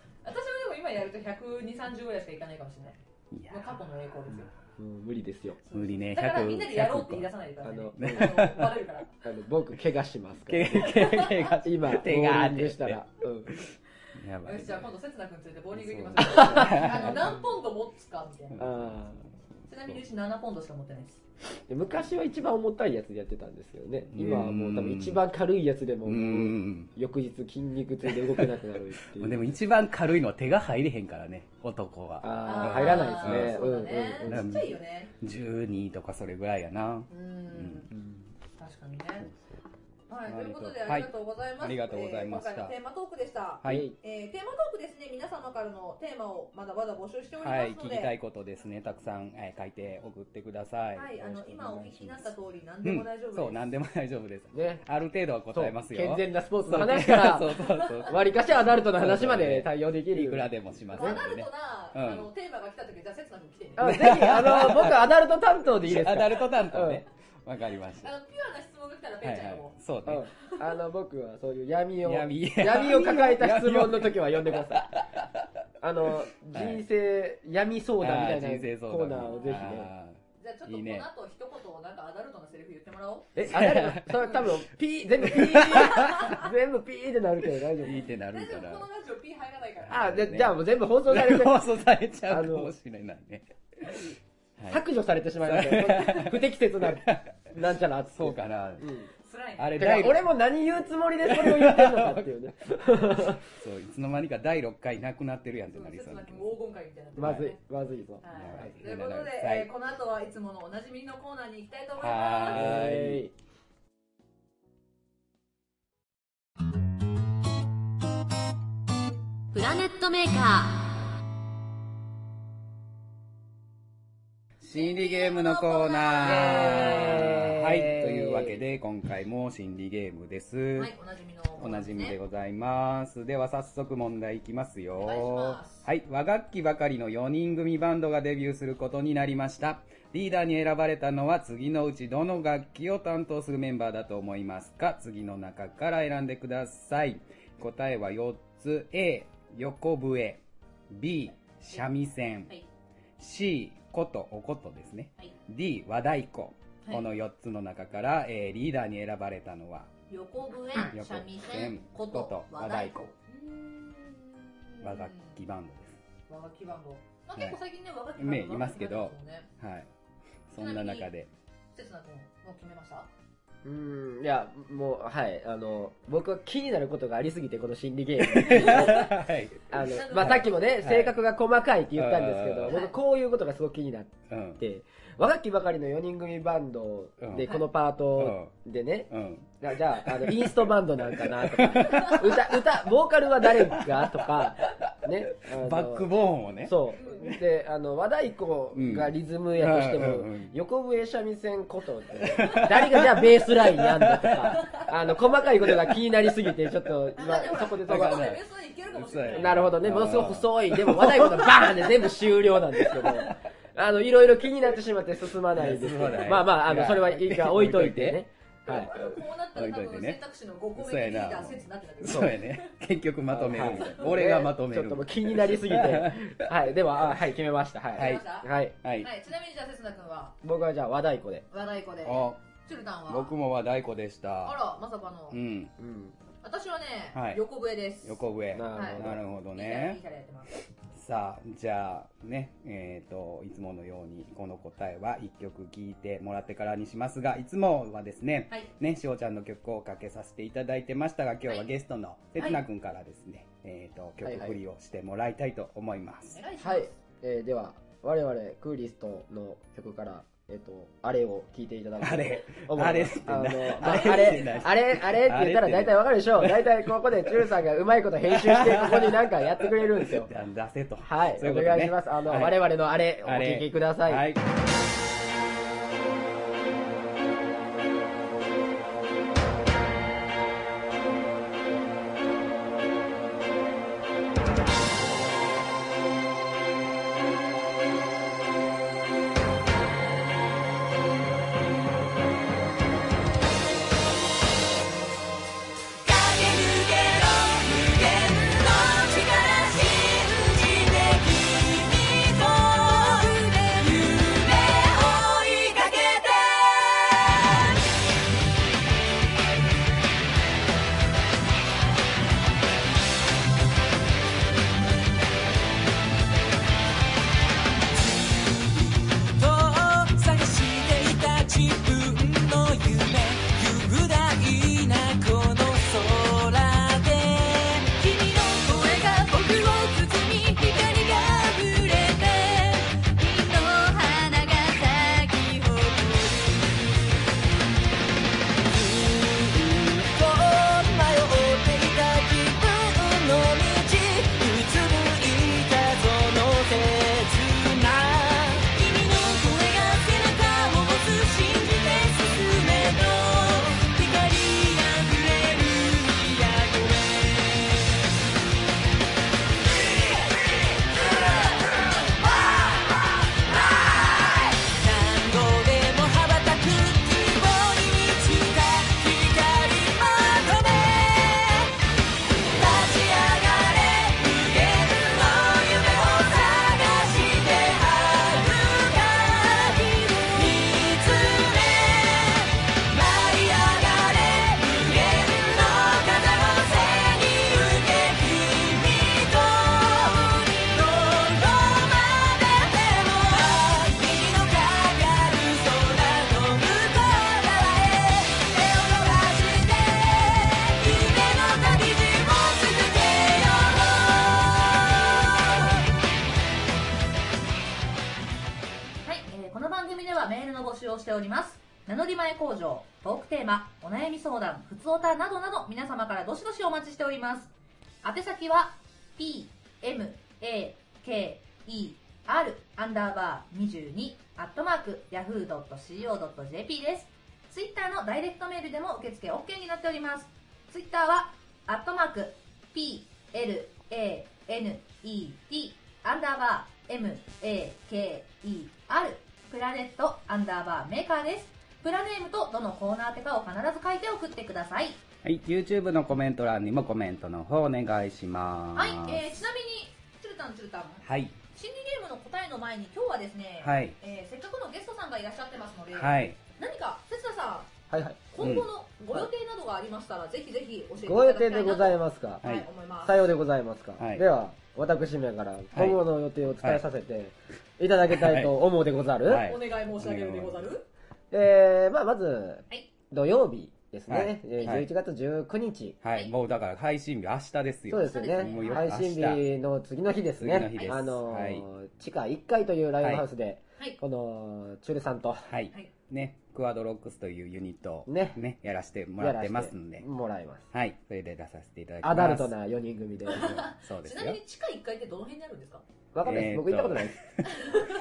Speaker 1: も今やると12030ぐらいしかいかないかもしれない
Speaker 2: いや
Speaker 1: もう過去の栄光ですよ
Speaker 3: もう無理ですよ
Speaker 2: 無理ね
Speaker 1: だから
Speaker 2: 100
Speaker 1: みんなでやろうって言い出さないでくださいねあ のバレるから
Speaker 3: あの僕怪我しますか
Speaker 2: け
Speaker 3: ら
Speaker 2: けけが
Speaker 3: 今、
Speaker 2: 手が
Speaker 3: ボーリングしたら、うん、
Speaker 2: やば
Speaker 1: よ
Speaker 2: い
Speaker 1: しじゃあ今度せつな君連れてボーリング行きま し
Speaker 3: そ
Speaker 1: ょうあの何ポンド持つかみたいな
Speaker 3: あ
Speaker 1: ちなみにうち7ポンドしか持ってないです
Speaker 3: ー昔は一番重たいやつでやってたんですけどね、今はもう多
Speaker 2: うん
Speaker 3: 分一番軽いやつでも、
Speaker 2: うん
Speaker 3: 翌日筋肉痛で動けなくなるっていう。
Speaker 2: でも一番軽いのは手が入れへんからね男は
Speaker 3: あ
Speaker 1: ー
Speaker 3: ー入らないですね。
Speaker 1: そうだね、
Speaker 3: うんうん
Speaker 2: うん
Speaker 1: ちっちゃいよね
Speaker 2: 12とかそれぐらいやな
Speaker 1: うん、
Speaker 2: ん
Speaker 3: うん
Speaker 1: 確かにねはい、
Speaker 2: あ
Speaker 1: とい
Speaker 2: り
Speaker 1: う
Speaker 2: がと
Speaker 1: こ
Speaker 2: う
Speaker 1: とでありがとうございます、
Speaker 2: は
Speaker 1: え
Speaker 2: いありがとうございました
Speaker 1: ー今回のテーマトークでした、
Speaker 2: はい、
Speaker 1: えーテーマトークですね皆様からのテーマをまだまだ募集しており
Speaker 2: はい、
Speaker 1: ます
Speaker 2: 聞
Speaker 1: の
Speaker 2: き
Speaker 1: で、
Speaker 2: たいことですねたくさん、えー書いて送ってください
Speaker 1: はいあ
Speaker 2: よろ
Speaker 1: の
Speaker 2: しく
Speaker 1: 今お
Speaker 2: 願
Speaker 1: 聞
Speaker 2: い
Speaker 1: き
Speaker 2: し
Speaker 1: にな
Speaker 2: ま
Speaker 1: っ
Speaker 2: す
Speaker 1: た通り何でも大丈夫です、
Speaker 2: そう何でも大丈夫です
Speaker 3: ね、
Speaker 2: ある程度は答えますよ
Speaker 3: そう健全なスポーツ
Speaker 2: そ
Speaker 3: の
Speaker 2: う
Speaker 3: 話か ら、
Speaker 2: そうそうそう
Speaker 3: わりかしアダルトの話まで対応できる。
Speaker 2: いくらでもします
Speaker 1: ア
Speaker 2: ん
Speaker 1: ダル
Speaker 2: でね
Speaker 1: トな、
Speaker 2: うん
Speaker 1: あのテーマが来た時じゃあせつな君来てねあ
Speaker 3: あぜひ、あの、僕アダルト担当でいいです
Speaker 2: ア
Speaker 3: か
Speaker 2: ダルト担当ねわかりましたは
Speaker 1: のピュアな質問が来たら
Speaker 2: い
Speaker 1: ペ
Speaker 2: は
Speaker 1: ンちゃんが
Speaker 2: い
Speaker 1: もう、
Speaker 2: そう
Speaker 3: う
Speaker 2: ね
Speaker 3: んあの、僕はそういう闇を、
Speaker 2: 闇
Speaker 3: 闇を抱えた質問の時は呼んでください。あの、
Speaker 2: い
Speaker 3: 人生、闇相談みたい
Speaker 2: あー人生
Speaker 3: な
Speaker 2: 相
Speaker 3: コー
Speaker 2: 談
Speaker 3: ナーをぜひね。
Speaker 2: あ
Speaker 1: じゃあちょっと
Speaker 2: い
Speaker 1: こ
Speaker 2: いね
Speaker 1: の後一言なんかアダルトのセリフ言ってもらおう
Speaker 3: え、あ れだそれ多分、ピー、全部ピー、全部ピーってなるけど大丈
Speaker 2: ーいいっ
Speaker 3: 夫。
Speaker 2: てなる
Speaker 1: 大
Speaker 2: ん
Speaker 1: 丈
Speaker 2: か
Speaker 1: 夫
Speaker 2: な
Speaker 1: このラジオ P 入らないから
Speaker 3: あ、でじゃあもう全部放送されて、
Speaker 2: 放送されちゃうかもしれないねはい
Speaker 3: 削除されてしまいましたよ。不適切な、なんちゃらあって。
Speaker 2: そうかな
Speaker 3: うん。
Speaker 1: 辛いね
Speaker 2: あれ
Speaker 3: だから
Speaker 2: 第
Speaker 3: 俺も何言うつもりでそれを言ってんのかっていうね。
Speaker 2: そういつの間にか第6回なくなってるやんって
Speaker 1: そう
Speaker 2: なり
Speaker 1: せ
Speaker 2: そ
Speaker 1: つ
Speaker 2: う
Speaker 1: な
Speaker 2: だけ
Speaker 1: 君
Speaker 2: ど
Speaker 1: 黄金会みたいになってる
Speaker 3: まずい、まずいぞ。
Speaker 1: は
Speaker 2: はいい、
Speaker 1: ということで、
Speaker 2: はい
Speaker 1: えーこの後はいつものおなじみのコーナーに行きたいと思い
Speaker 2: は
Speaker 1: ま
Speaker 2: い
Speaker 3: はい。
Speaker 4: プラネットメーカ
Speaker 2: 心理ゲームのコーナ
Speaker 3: イエー
Speaker 2: ー
Speaker 3: イ
Speaker 2: はいというわけで今回も心理ゲームです、
Speaker 1: す。はい、おなじみのコーナーすね
Speaker 2: おなじみでございます。では早速問題いきますよ。
Speaker 1: お願いします
Speaker 2: はい。和楽器ばかりの4人組バンドがデビューすることになりました。リーダーに選ばれたのは次のうちどの楽器を担当するメンバーだと思いますか次の中から選んでください。答えは4つ。A、横笛。B、三味線。
Speaker 1: はい
Speaker 2: C、琴、お琴ですね。
Speaker 1: はい
Speaker 2: D、和太鼓。
Speaker 1: はい
Speaker 2: この4つの中から、えーリーダーに選ばれたのは
Speaker 1: 横笛、
Speaker 2: 横
Speaker 1: 三味
Speaker 2: 線
Speaker 1: 線、琴、
Speaker 2: 和
Speaker 1: 和
Speaker 2: 太
Speaker 1: 太
Speaker 2: 鼓
Speaker 1: 鼓。
Speaker 2: 和楽器
Speaker 1: う
Speaker 2: バンドで
Speaker 1: ーん。和楽器バンド。まあ、
Speaker 2: はい
Speaker 1: 結構最近ね、和楽器バンド。
Speaker 2: ねいますけど
Speaker 1: そうね。
Speaker 2: す。はい。そんな中で。
Speaker 1: せつな君、もう決めました
Speaker 3: うーん、いや、もう、はい、あの、僕は気になることがありすぎて、この心理ゲーム。
Speaker 2: はい。
Speaker 3: あの、まあ、さっきもね、性格が細かいって言ったんですけ
Speaker 2: は
Speaker 3: ど、
Speaker 2: い
Speaker 3: 僕こういうことがすごく気になっ
Speaker 2: うん。
Speaker 3: て、若きばかりの4人組バンド
Speaker 2: う
Speaker 3: で、
Speaker 2: ん
Speaker 3: このパートでね、
Speaker 2: うん。
Speaker 3: なじゃあ、あの、インストバンドなんかなとか、 歌、歌、ボーカルは誰がとか、ね、あの
Speaker 2: バックボーンをね。
Speaker 3: そう。で、あの、和太鼓がリズムやとしても、
Speaker 2: うんうんうん
Speaker 3: 横笛三味線ことって、誰がじゃあベースラインやんだとか、あの、細かいことが気になりすぎて、ちょっと、
Speaker 1: あ
Speaker 3: ま
Speaker 1: でも
Speaker 3: あ、そこで
Speaker 1: ほ
Speaker 3: そ
Speaker 1: らそ
Speaker 2: だか
Speaker 3: こ
Speaker 1: こ
Speaker 2: ら
Speaker 1: でベースラインいけるかもしれ
Speaker 2: う
Speaker 1: な
Speaker 2: る
Speaker 1: い。
Speaker 2: さ
Speaker 3: なるほどね。
Speaker 2: あー
Speaker 3: ものすごく細い。でも、和太鼓のバーンで全部終了なん ですけど、あの、いろいろ気になってしまって進まないですけ
Speaker 2: 進まな
Speaker 3: ど、
Speaker 2: い
Speaker 3: まあまあ、あの、それはいいから置いといてね。
Speaker 1: は
Speaker 3: はいい。。
Speaker 1: こうなったら多
Speaker 2: 置いといて
Speaker 1: 分
Speaker 2: ね
Speaker 1: 選択肢の5個目
Speaker 2: そうや
Speaker 1: リ
Speaker 2: な
Speaker 1: ーダーせつなってなってる。
Speaker 2: そうやね。結局まとめるみたい
Speaker 3: はい
Speaker 2: な。俺がまとめ
Speaker 3: ちょっ
Speaker 2: る
Speaker 3: とも。う気になりすぎて。 はい。では、あはい、決めました。は。
Speaker 2: はいい
Speaker 1: 決めました
Speaker 3: はい。
Speaker 2: はい。
Speaker 1: はい、ちなみにじゃあせつな君は
Speaker 3: 僕はじゃあ和太鼓で。
Speaker 1: 和太鼓で、
Speaker 2: あ、
Speaker 1: チュルタンは
Speaker 2: 僕も和太鼓でし
Speaker 1: あ
Speaker 2: た。
Speaker 1: ら、まさかの
Speaker 2: う。ん。
Speaker 3: うん。
Speaker 1: 私はね、
Speaker 2: はい
Speaker 1: 横笛です。
Speaker 2: 横笛。
Speaker 3: なるほど
Speaker 2: なるほど
Speaker 1: いい
Speaker 2: ね
Speaker 1: キ。ャラやってます。
Speaker 2: さあ、じゃあね、えっ、と、いつものようにこの答えは1曲聴いてもらってからにしますが、いつもはですね、
Speaker 1: はい。
Speaker 2: ね、しおちゃんの曲をかけさせていただいてましたが、今日は
Speaker 1: はい
Speaker 2: ゲストのせつなくんからですね、えっ、と、曲振りをしてもらいたいと思います。
Speaker 1: お願いします。
Speaker 3: はい、えーでは我々クーリストの曲から、えっとあれを聴いていただきた
Speaker 2: あ
Speaker 3: い
Speaker 2: れ、
Speaker 3: 思います
Speaker 2: あれってな
Speaker 3: あの、まあ
Speaker 2: あ
Speaker 3: あ
Speaker 2: れって
Speaker 3: れ
Speaker 2: な、
Speaker 3: あれ、あれって言ったら大体わかるでしょう。大体ここでチュルさんがうまいこと編集して、ここになんかやってくれるんです よ。
Speaker 2: 出せと。
Speaker 3: はい、
Speaker 2: そういう
Speaker 3: お
Speaker 2: ことね
Speaker 3: 願いします。あの、
Speaker 2: はい
Speaker 3: 我々のあれ、お
Speaker 2: あれ
Speaker 3: 聞きください。
Speaker 2: はい。
Speaker 5: 「駆け抜けろ無限の力信じて君と夢追いかけて」と探していた自分の夢雄大なこの空で君の声が僕を包み光が溢れて
Speaker 4: 君の花が咲き誇る
Speaker 5: ずっと迷っていた自分の道うつむいたその刹那
Speaker 4: 君の声が背中を押す信じて進めと光あふれる役
Speaker 5: 何度でも羽ばたく希望に満ちた光求め立ち上がれ無限の夢を探して歩か見つめ舞い上がれ無限の風の背に受け君とどこまででも君のかかる空の向こう側へ手を伸ばして夢の旅路を続けよう
Speaker 1: はい、えーこの番組ではメールの募集をしております。名乗り前工場、トークテーマ、お悩み相談、ふつおたなどなど皆様からどしどしお待ちしております。宛先は、p, m, a, k, e, r, アンダーバー22、アットマーク、yahoo.co.jp です。ツイッターのダイレクトメールでも受付 OK になっております。ツイッターは、アットマーク、p, l, a, n, e, t、アンダーバー、m, a, k, e, r、プラネット、アンダーバー、メーカーです。プラネームとどのコーナーてかを必ず書いて送ってください。
Speaker 2: はい、YouTube のコメント欄にもコメントの方お願いします。
Speaker 1: はい、えー、ちなみに、つるたんつるたん、
Speaker 2: はい、
Speaker 1: 心理ゲームの答えの前に今日はですね、
Speaker 2: はい、
Speaker 1: えーせっかくのゲストさんがいらっしゃってますので、
Speaker 2: はい。
Speaker 1: 何か、せつなさん、
Speaker 3: はい、はい。
Speaker 1: 今後のご予定などがありましたら、ぜひぜひ教えてい
Speaker 3: ご
Speaker 1: ただ
Speaker 3: 予
Speaker 1: きた
Speaker 3: 定
Speaker 1: いな
Speaker 3: で
Speaker 1: と
Speaker 3: ございますか
Speaker 1: は
Speaker 2: はいい、
Speaker 1: 思います。
Speaker 3: さようでございますか、
Speaker 2: はい
Speaker 3: では、私めから今後の予定を伝えさせていただきたいと思うでござる。
Speaker 2: はい
Speaker 1: お願い申し上げるでござる。
Speaker 3: えー、まあ、まず、
Speaker 1: い
Speaker 3: 土曜日ですね、
Speaker 2: はい
Speaker 3: えー
Speaker 2: はい
Speaker 3: 11月19日。
Speaker 2: はい、もうだから配信日明日ですよ。
Speaker 3: そうですよね
Speaker 1: もう
Speaker 2: よ
Speaker 3: 配信日の次の日ですね
Speaker 2: 次の日です
Speaker 3: あのー
Speaker 2: はい
Speaker 3: 地下1階というライブハウスで、
Speaker 1: はい
Speaker 3: このチュルさんと
Speaker 2: はい
Speaker 1: はい。
Speaker 2: ね、クアドロックスというユニットをね
Speaker 3: ね、
Speaker 2: やらせても
Speaker 3: や
Speaker 2: らっ
Speaker 3: ら
Speaker 2: て
Speaker 3: せ
Speaker 2: ますんで、
Speaker 3: もらいます
Speaker 2: はい、それで出させていただきます。
Speaker 3: アダルト。な4人組で
Speaker 2: そうで
Speaker 1: ち
Speaker 2: す
Speaker 1: なみ
Speaker 2: よ
Speaker 1: に。地下1階ってどの辺にあるんですか
Speaker 3: わかんないです、
Speaker 2: えーと
Speaker 3: 僕行ったことない です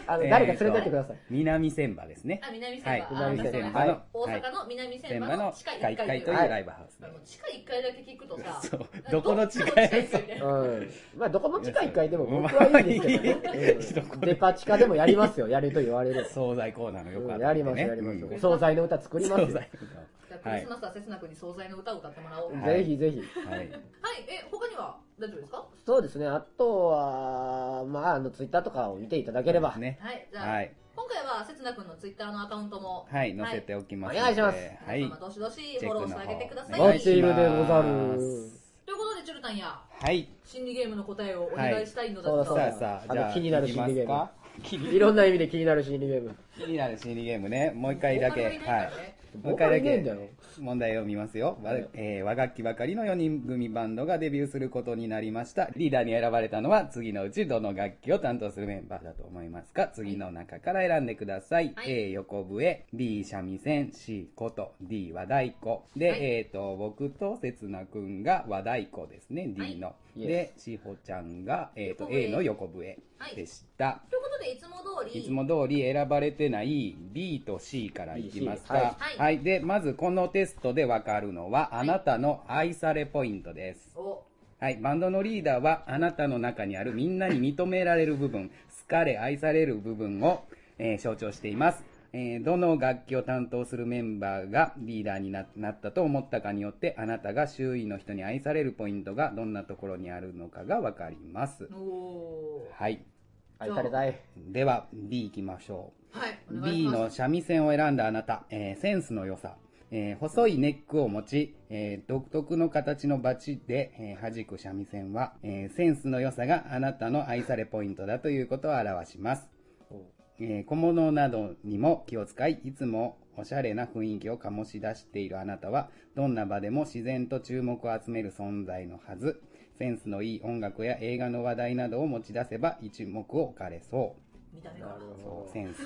Speaker 3: あの、
Speaker 2: えーと
Speaker 3: 誰か連れてってください
Speaker 2: 南千葉ですね。
Speaker 1: あ、南
Speaker 2: は
Speaker 1: 千
Speaker 2: い
Speaker 1: 葉。、
Speaker 3: 南
Speaker 1: あ
Speaker 3: 千葉
Speaker 1: そうなん
Speaker 2: の
Speaker 1: だ、大
Speaker 2: はい
Speaker 1: 阪の南千
Speaker 2: 千
Speaker 1: 葉
Speaker 2: 葉
Speaker 1: の
Speaker 2: の
Speaker 1: 地
Speaker 2: 地
Speaker 1: 下1
Speaker 2: 下1
Speaker 1: 階
Speaker 2: 階
Speaker 1: と
Speaker 2: と
Speaker 1: い。
Speaker 2: いうう
Speaker 1: あ
Speaker 2: ライブハウスで
Speaker 1: の地下1階だけ聞くとさ、
Speaker 2: そう
Speaker 1: あ
Speaker 2: どこの地下
Speaker 1: どこの地下1階みたい な
Speaker 3: うんまあ、どこの地下1階でも僕はいいんですけど、
Speaker 2: まあいい
Speaker 3: うんデパ地下でもやりますよ、やると言われる。
Speaker 2: 惣菜コーナーのよ
Speaker 3: う
Speaker 2: くあ
Speaker 3: ん
Speaker 2: る
Speaker 3: やりますよ、やりますよ。
Speaker 2: うん
Speaker 3: お惣菜の歌作ります
Speaker 2: 惣
Speaker 3: よ。
Speaker 2: 菜
Speaker 1: じゃあクリスマスはせつな君に惣菜の歌を歌ってもらおう。はい、
Speaker 2: はい
Speaker 3: ぜひぜひ。
Speaker 2: コーナー。はい。
Speaker 1: え、他には大丈夫ですか
Speaker 3: そうですね、あとは、まあ、あの、ツイッターとかを見ていただければ。
Speaker 2: ね。
Speaker 1: はい、じゃあ、
Speaker 2: はい。
Speaker 1: 今回は、は、せつなくんのツイッターのアカウントも、
Speaker 2: はい、載せておきますの
Speaker 3: お願いします
Speaker 2: では
Speaker 1: 皆
Speaker 2: い
Speaker 1: 様、。どしどしフォローしてあげてください。
Speaker 2: チェックの方お願い
Speaker 3: 待っ
Speaker 2: して
Speaker 3: いるでござ
Speaker 2: お願い
Speaker 3: る
Speaker 2: しま。す
Speaker 1: ということで、チュルタンや、
Speaker 2: はい。
Speaker 1: 心理ゲームの答えをお願いしたいのだ
Speaker 3: はい
Speaker 1: と、
Speaker 3: そうだ
Speaker 2: さ
Speaker 3: そう
Speaker 2: あさ
Speaker 3: あ
Speaker 2: あ、
Speaker 3: の
Speaker 2: じゃあ、
Speaker 3: 気になる心理ゲーム
Speaker 2: いきますか気に
Speaker 3: いろんな意味で気になる心理ゲーム。
Speaker 2: 気になる心理ゲームね。もう一回だけ。
Speaker 1: ボーカルがいない
Speaker 2: はい
Speaker 1: からね。
Speaker 2: もう一回だ
Speaker 3: ボーカルいねえんだ
Speaker 2: け
Speaker 3: よ
Speaker 2: 問題を見ますよ。わえー和楽器ばかりの4人組バンドがデビューすることになりました。リーダーに選ばれたのは次のうちどの楽器を担当するメンバーだと思いますか次の中から選んでください。
Speaker 1: はい
Speaker 2: A 横笛、B 三味線、C 琴、D 和太鼓。で、
Speaker 1: はい
Speaker 2: えっ、と、僕と刹那くんが和太鼓ですね。D の。
Speaker 3: い
Speaker 2: で、しほちゃんが、えっ、と、
Speaker 1: 横笛
Speaker 2: A の横笛
Speaker 1: はい
Speaker 2: でした。
Speaker 1: ということで、いつも通り、
Speaker 2: いつも通り選ばれてない B と C からいきますか。
Speaker 3: はい
Speaker 1: はい
Speaker 2: はい。で、まずこのテストでわかるのは、
Speaker 1: い
Speaker 2: あなたの愛されポイントです。
Speaker 1: お
Speaker 2: はい。バンドのリーダーは、あなたの中にあるみんなに認められる部分、好かれ愛される部分を、えー象徴しています。えーどの楽器を担当するメンバーがリーダーにななったと思ったかによって、あなたが周囲の人に愛されるポイントがどんなところにあるのかがわかります。
Speaker 1: お
Speaker 2: はい。
Speaker 3: 愛されたい。
Speaker 2: では、B 行きましょう。
Speaker 1: ーはい、お願いし
Speaker 2: B
Speaker 1: ます。
Speaker 2: の三味線を選んだあなた、えーセンスの良さ、えー細いネックを持ち、えー独特の形のバチで、えー弾く三味線は、えーセンスの良さがあなたの愛されポイントだということを表します、えー小物などにも気を使いいつもおしゃれな雰囲気を醸し出しているあなたはどんな場でも自然と注目を集める存在のはずセンスのいい音楽や映画の話題などを持ち出せば一目置かれそ
Speaker 1: 見た目から。
Speaker 2: うそうセンス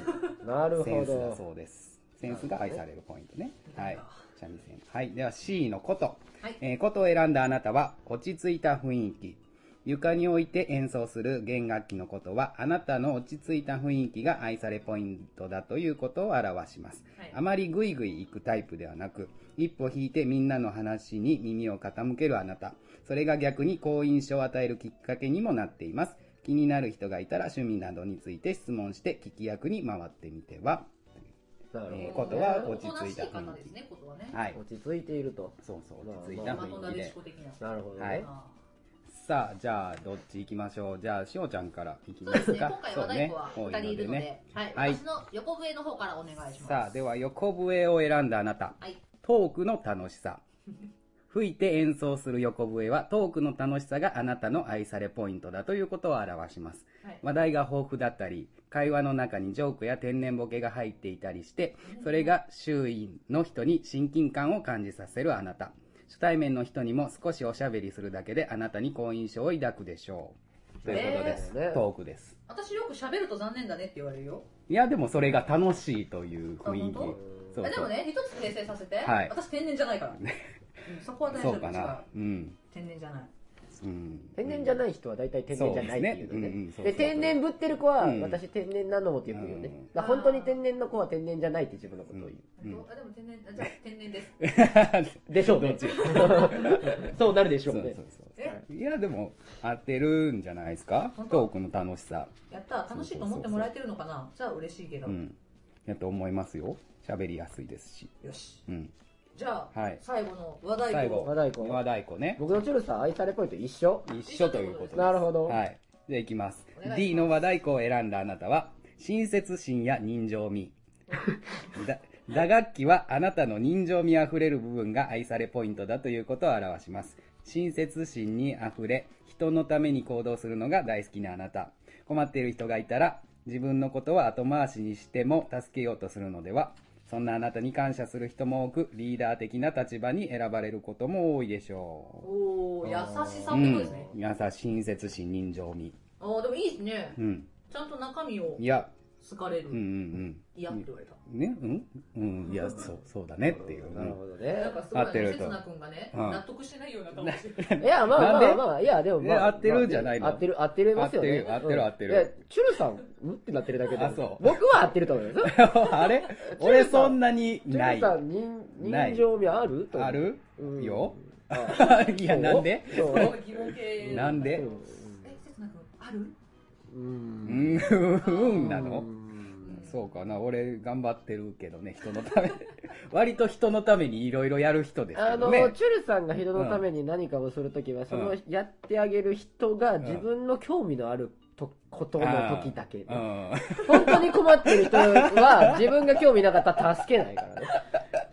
Speaker 3: なる
Speaker 2: セ
Speaker 3: ほ
Speaker 2: ンスだ
Speaker 3: ど。
Speaker 2: そうです。センスが愛されるポイントね。
Speaker 1: な
Speaker 2: は
Speaker 1: る
Speaker 2: い
Speaker 1: ほど。
Speaker 2: 三味線。はい。では C のこと。
Speaker 1: はい
Speaker 2: えーことを選んだあなたは、落ち着いた雰囲気。床に置いて演奏する弦楽器のことは、あなたの落ち着いた雰囲気が愛されポイントだということを表します。
Speaker 1: はい
Speaker 2: あまりグイグイ行くタイプではなく、一歩引いてみんなの話に耳を傾けるあなた。それが逆に好印象を与えるきっかけにもなっています。気になる人がいたら趣味などについて質問して聞き役に回ってみては。
Speaker 3: なる
Speaker 2: えー
Speaker 3: ほ
Speaker 2: ことは
Speaker 1: お
Speaker 2: 落ち
Speaker 1: とな
Speaker 2: 着
Speaker 1: し
Speaker 2: いた
Speaker 1: い
Speaker 2: 雰
Speaker 1: 方
Speaker 2: 囲
Speaker 1: ですね、ことはね。
Speaker 2: 気。はい
Speaker 3: ど。。落ち着いていると。
Speaker 2: そうそう、
Speaker 3: まあ
Speaker 2: 落ち着い
Speaker 3: ま
Speaker 2: た
Speaker 1: まと
Speaker 2: 雰
Speaker 1: な
Speaker 2: 囲気
Speaker 1: で
Speaker 2: で
Speaker 1: 思。考的な。
Speaker 3: なるほど
Speaker 2: はい
Speaker 3: ね。
Speaker 1: あ
Speaker 2: さあ、じゃあ、どっち行きましょう。じゃあ、しおちゃんから行き
Speaker 1: ーそう
Speaker 2: ま
Speaker 1: です
Speaker 2: す
Speaker 1: ね、今
Speaker 2: か。
Speaker 1: 回和太鼓は2人いるので、。はい、
Speaker 2: はい
Speaker 1: 私の横笛の方からお願いします。
Speaker 2: さあ、では、横笛を選んだあなた。
Speaker 1: はい、
Speaker 2: トークの楽しさ。 吹いて演奏する横笛は、トークの楽しさがあなたの愛されポイントだということを表します。
Speaker 1: はい
Speaker 2: 話題が豊富だったり、会話の中にジョークや天然ボケが入っていたりして、それが周囲の人に親近感を感じさせるあなた。初対面の人にも少しおしゃべりするだけであなたに好印象を抱くでしょう。ということです。
Speaker 3: えー
Speaker 2: トークです。
Speaker 1: 私よく喋ると残念だねって言われるよ。
Speaker 2: いや、でもそれが楽しいという雰囲気
Speaker 1: あ本。
Speaker 2: そ
Speaker 1: えでもね、一つ訂正させて、
Speaker 2: はい
Speaker 1: 私天然じゃないから。うんそこは大丈
Speaker 2: そ
Speaker 1: 夫
Speaker 2: うか
Speaker 1: 違
Speaker 2: な
Speaker 1: う。
Speaker 2: うん。
Speaker 1: 天然じゃない。
Speaker 2: うん。
Speaker 3: 天然じゃない人は大体天然じゃないってい
Speaker 2: そうです
Speaker 3: うのね。
Speaker 2: ねうんうんそうそう
Speaker 3: で、天然ぶってる子は、
Speaker 2: うん
Speaker 3: 私天然なのってよく言うよね。
Speaker 2: うん
Speaker 3: だから本当に天然の子は天然じゃないって自分のことを言う。
Speaker 2: うん
Speaker 1: どうあでも天然、あじゃあ天然 です。
Speaker 3: でしょうね。 そうなるでしょう
Speaker 2: そう
Speaker 3: ね
Speaker 2: そう。そう。
Speaker 1: え
Speaker 2: いや、でも、合ってるんじゃないですか
Speaker 1: 本当
Speaker 2: トークの楽しさ。
Speaker 1: やった楽しいと思ってもらえてるのかなじゃあ嬉しいけど。
Speaker 2: うん。やと思いますよ。喋りやすいですし。
Speaker 1: よし。
Speaker 2: うん。
Speaker 1: じゃあ、
Speaker 2: はい
Speaker 1: 最後の和太鼓
Speaker 2: 最後。
Speaker 1: を。
Speaker 3: 和太鼓
Speaker 2: 和太鼓ね。
Speaker 3: 僕のチュルさん愛されポイント一緒。
Speaker 2: 一緒ということです。
Speaker 3: なるほど。
Speaker 2: はい。じゃあいきます
Speaker 1: お願いしま。す
Speaker 2: D の和太鼓を選んだあなたは、親切心や人情 味。だ打楽器はあなたの人情味あふれる部分が愛されポイントだということを表します。親切心にあふれ、人のために行動するのが大好きなあなた。困っている人がいたら、自分のことは後回しにしても助けようとするのではそんなあなたに感謝する人も多く、リーダー的な立場に選ばれることも多いでしょ
Speaker 1: おお優しさ
Speaker 2: う。う
Speaker 1: ってことです
Speaker 2: ん
Speaker 1: ね。。
Speaker 2: 皆さん親切心、人情味。
Speaker 1: ああ、でもいいですね
Speaker 2: う。ん。
Speaker 1: ちゃんと中身を
Speaker 2: いや、
Speaker 1: 好かれ
Speaker 2: うんう
Speaker 1: る。
Speaker 2: ん
Speaker 1: 嫌って言われた。
Speaker 2: うん。ねうんうん。いや、そう、そうだねっていう。
Speaker 3: なるほど
Speaker 1: な
Speaker 3: ね
Speaker 1: ん。かすごい
Speaker 2: 合ってる
Speaker 1: ね、
Speaker 2: と
Speaker 1: せつな君がね、
Speaker 2: うん
Speaker 1: 納得してないような顔してる。
Speaker 3: いや、まあ
Speaker 2: な
Speaker 3: ま
Speaker 2: んで
Speaker 3: あまあ、いや、でもま
Speaker 2: え
Speaker 3: あ。
Speaker 2: 合ってるんじゃないの
Speaker 3: 合ってる、合ってるますよね。
Speaker 2: 合ってる合ってる
Speaker 3: うん
Speaker 2: 合
Speaker 3: い
Speaker 2: っ
Speaker 3: や
Speaker 2: てる、
Speaker 3: チュルさん、んってなってるだけで。
Speaker 2: あそう
Speaker 3: 僕は合ってると思いますよ。
Speaker 2: うんあれ俺そんなに
Speaker 3: チ
Speaker 2: な
Speaker 3: ュル
Speaker 2: い。
Speaker 3: さん、人、人情味あると思う
Speaker 2: ある
Speaker 3: うん
Speaker 2: よ。
Speaker 3: あ
Speaker 2: いや、なんで
Speaker 3: そう
Speaker 1: すごい疑問系。
Speaker 2: なん で
Speaker 3: うん
Speaker 1: え、せつな君、ある
Speaker 3: う。
Speaker 2: うんん、うんなの
Speaker 3: うん
Speaker 2: そうかな。俺、頑張ってるけどね、人のため。 割と人のためにいろいろやる人です
Speaker 3: あ
Speaker 2: け
Speaker 3: の、
Speaker 2: どね。
Speaker 3: チュルさんが人のために何かをするときは、そのやってあげる人が自分の興味のあるとことの時だけね、
Speaker 2: うん。
Speaker 3: 本当に困ってる人は自分が興味なかったら助けないからね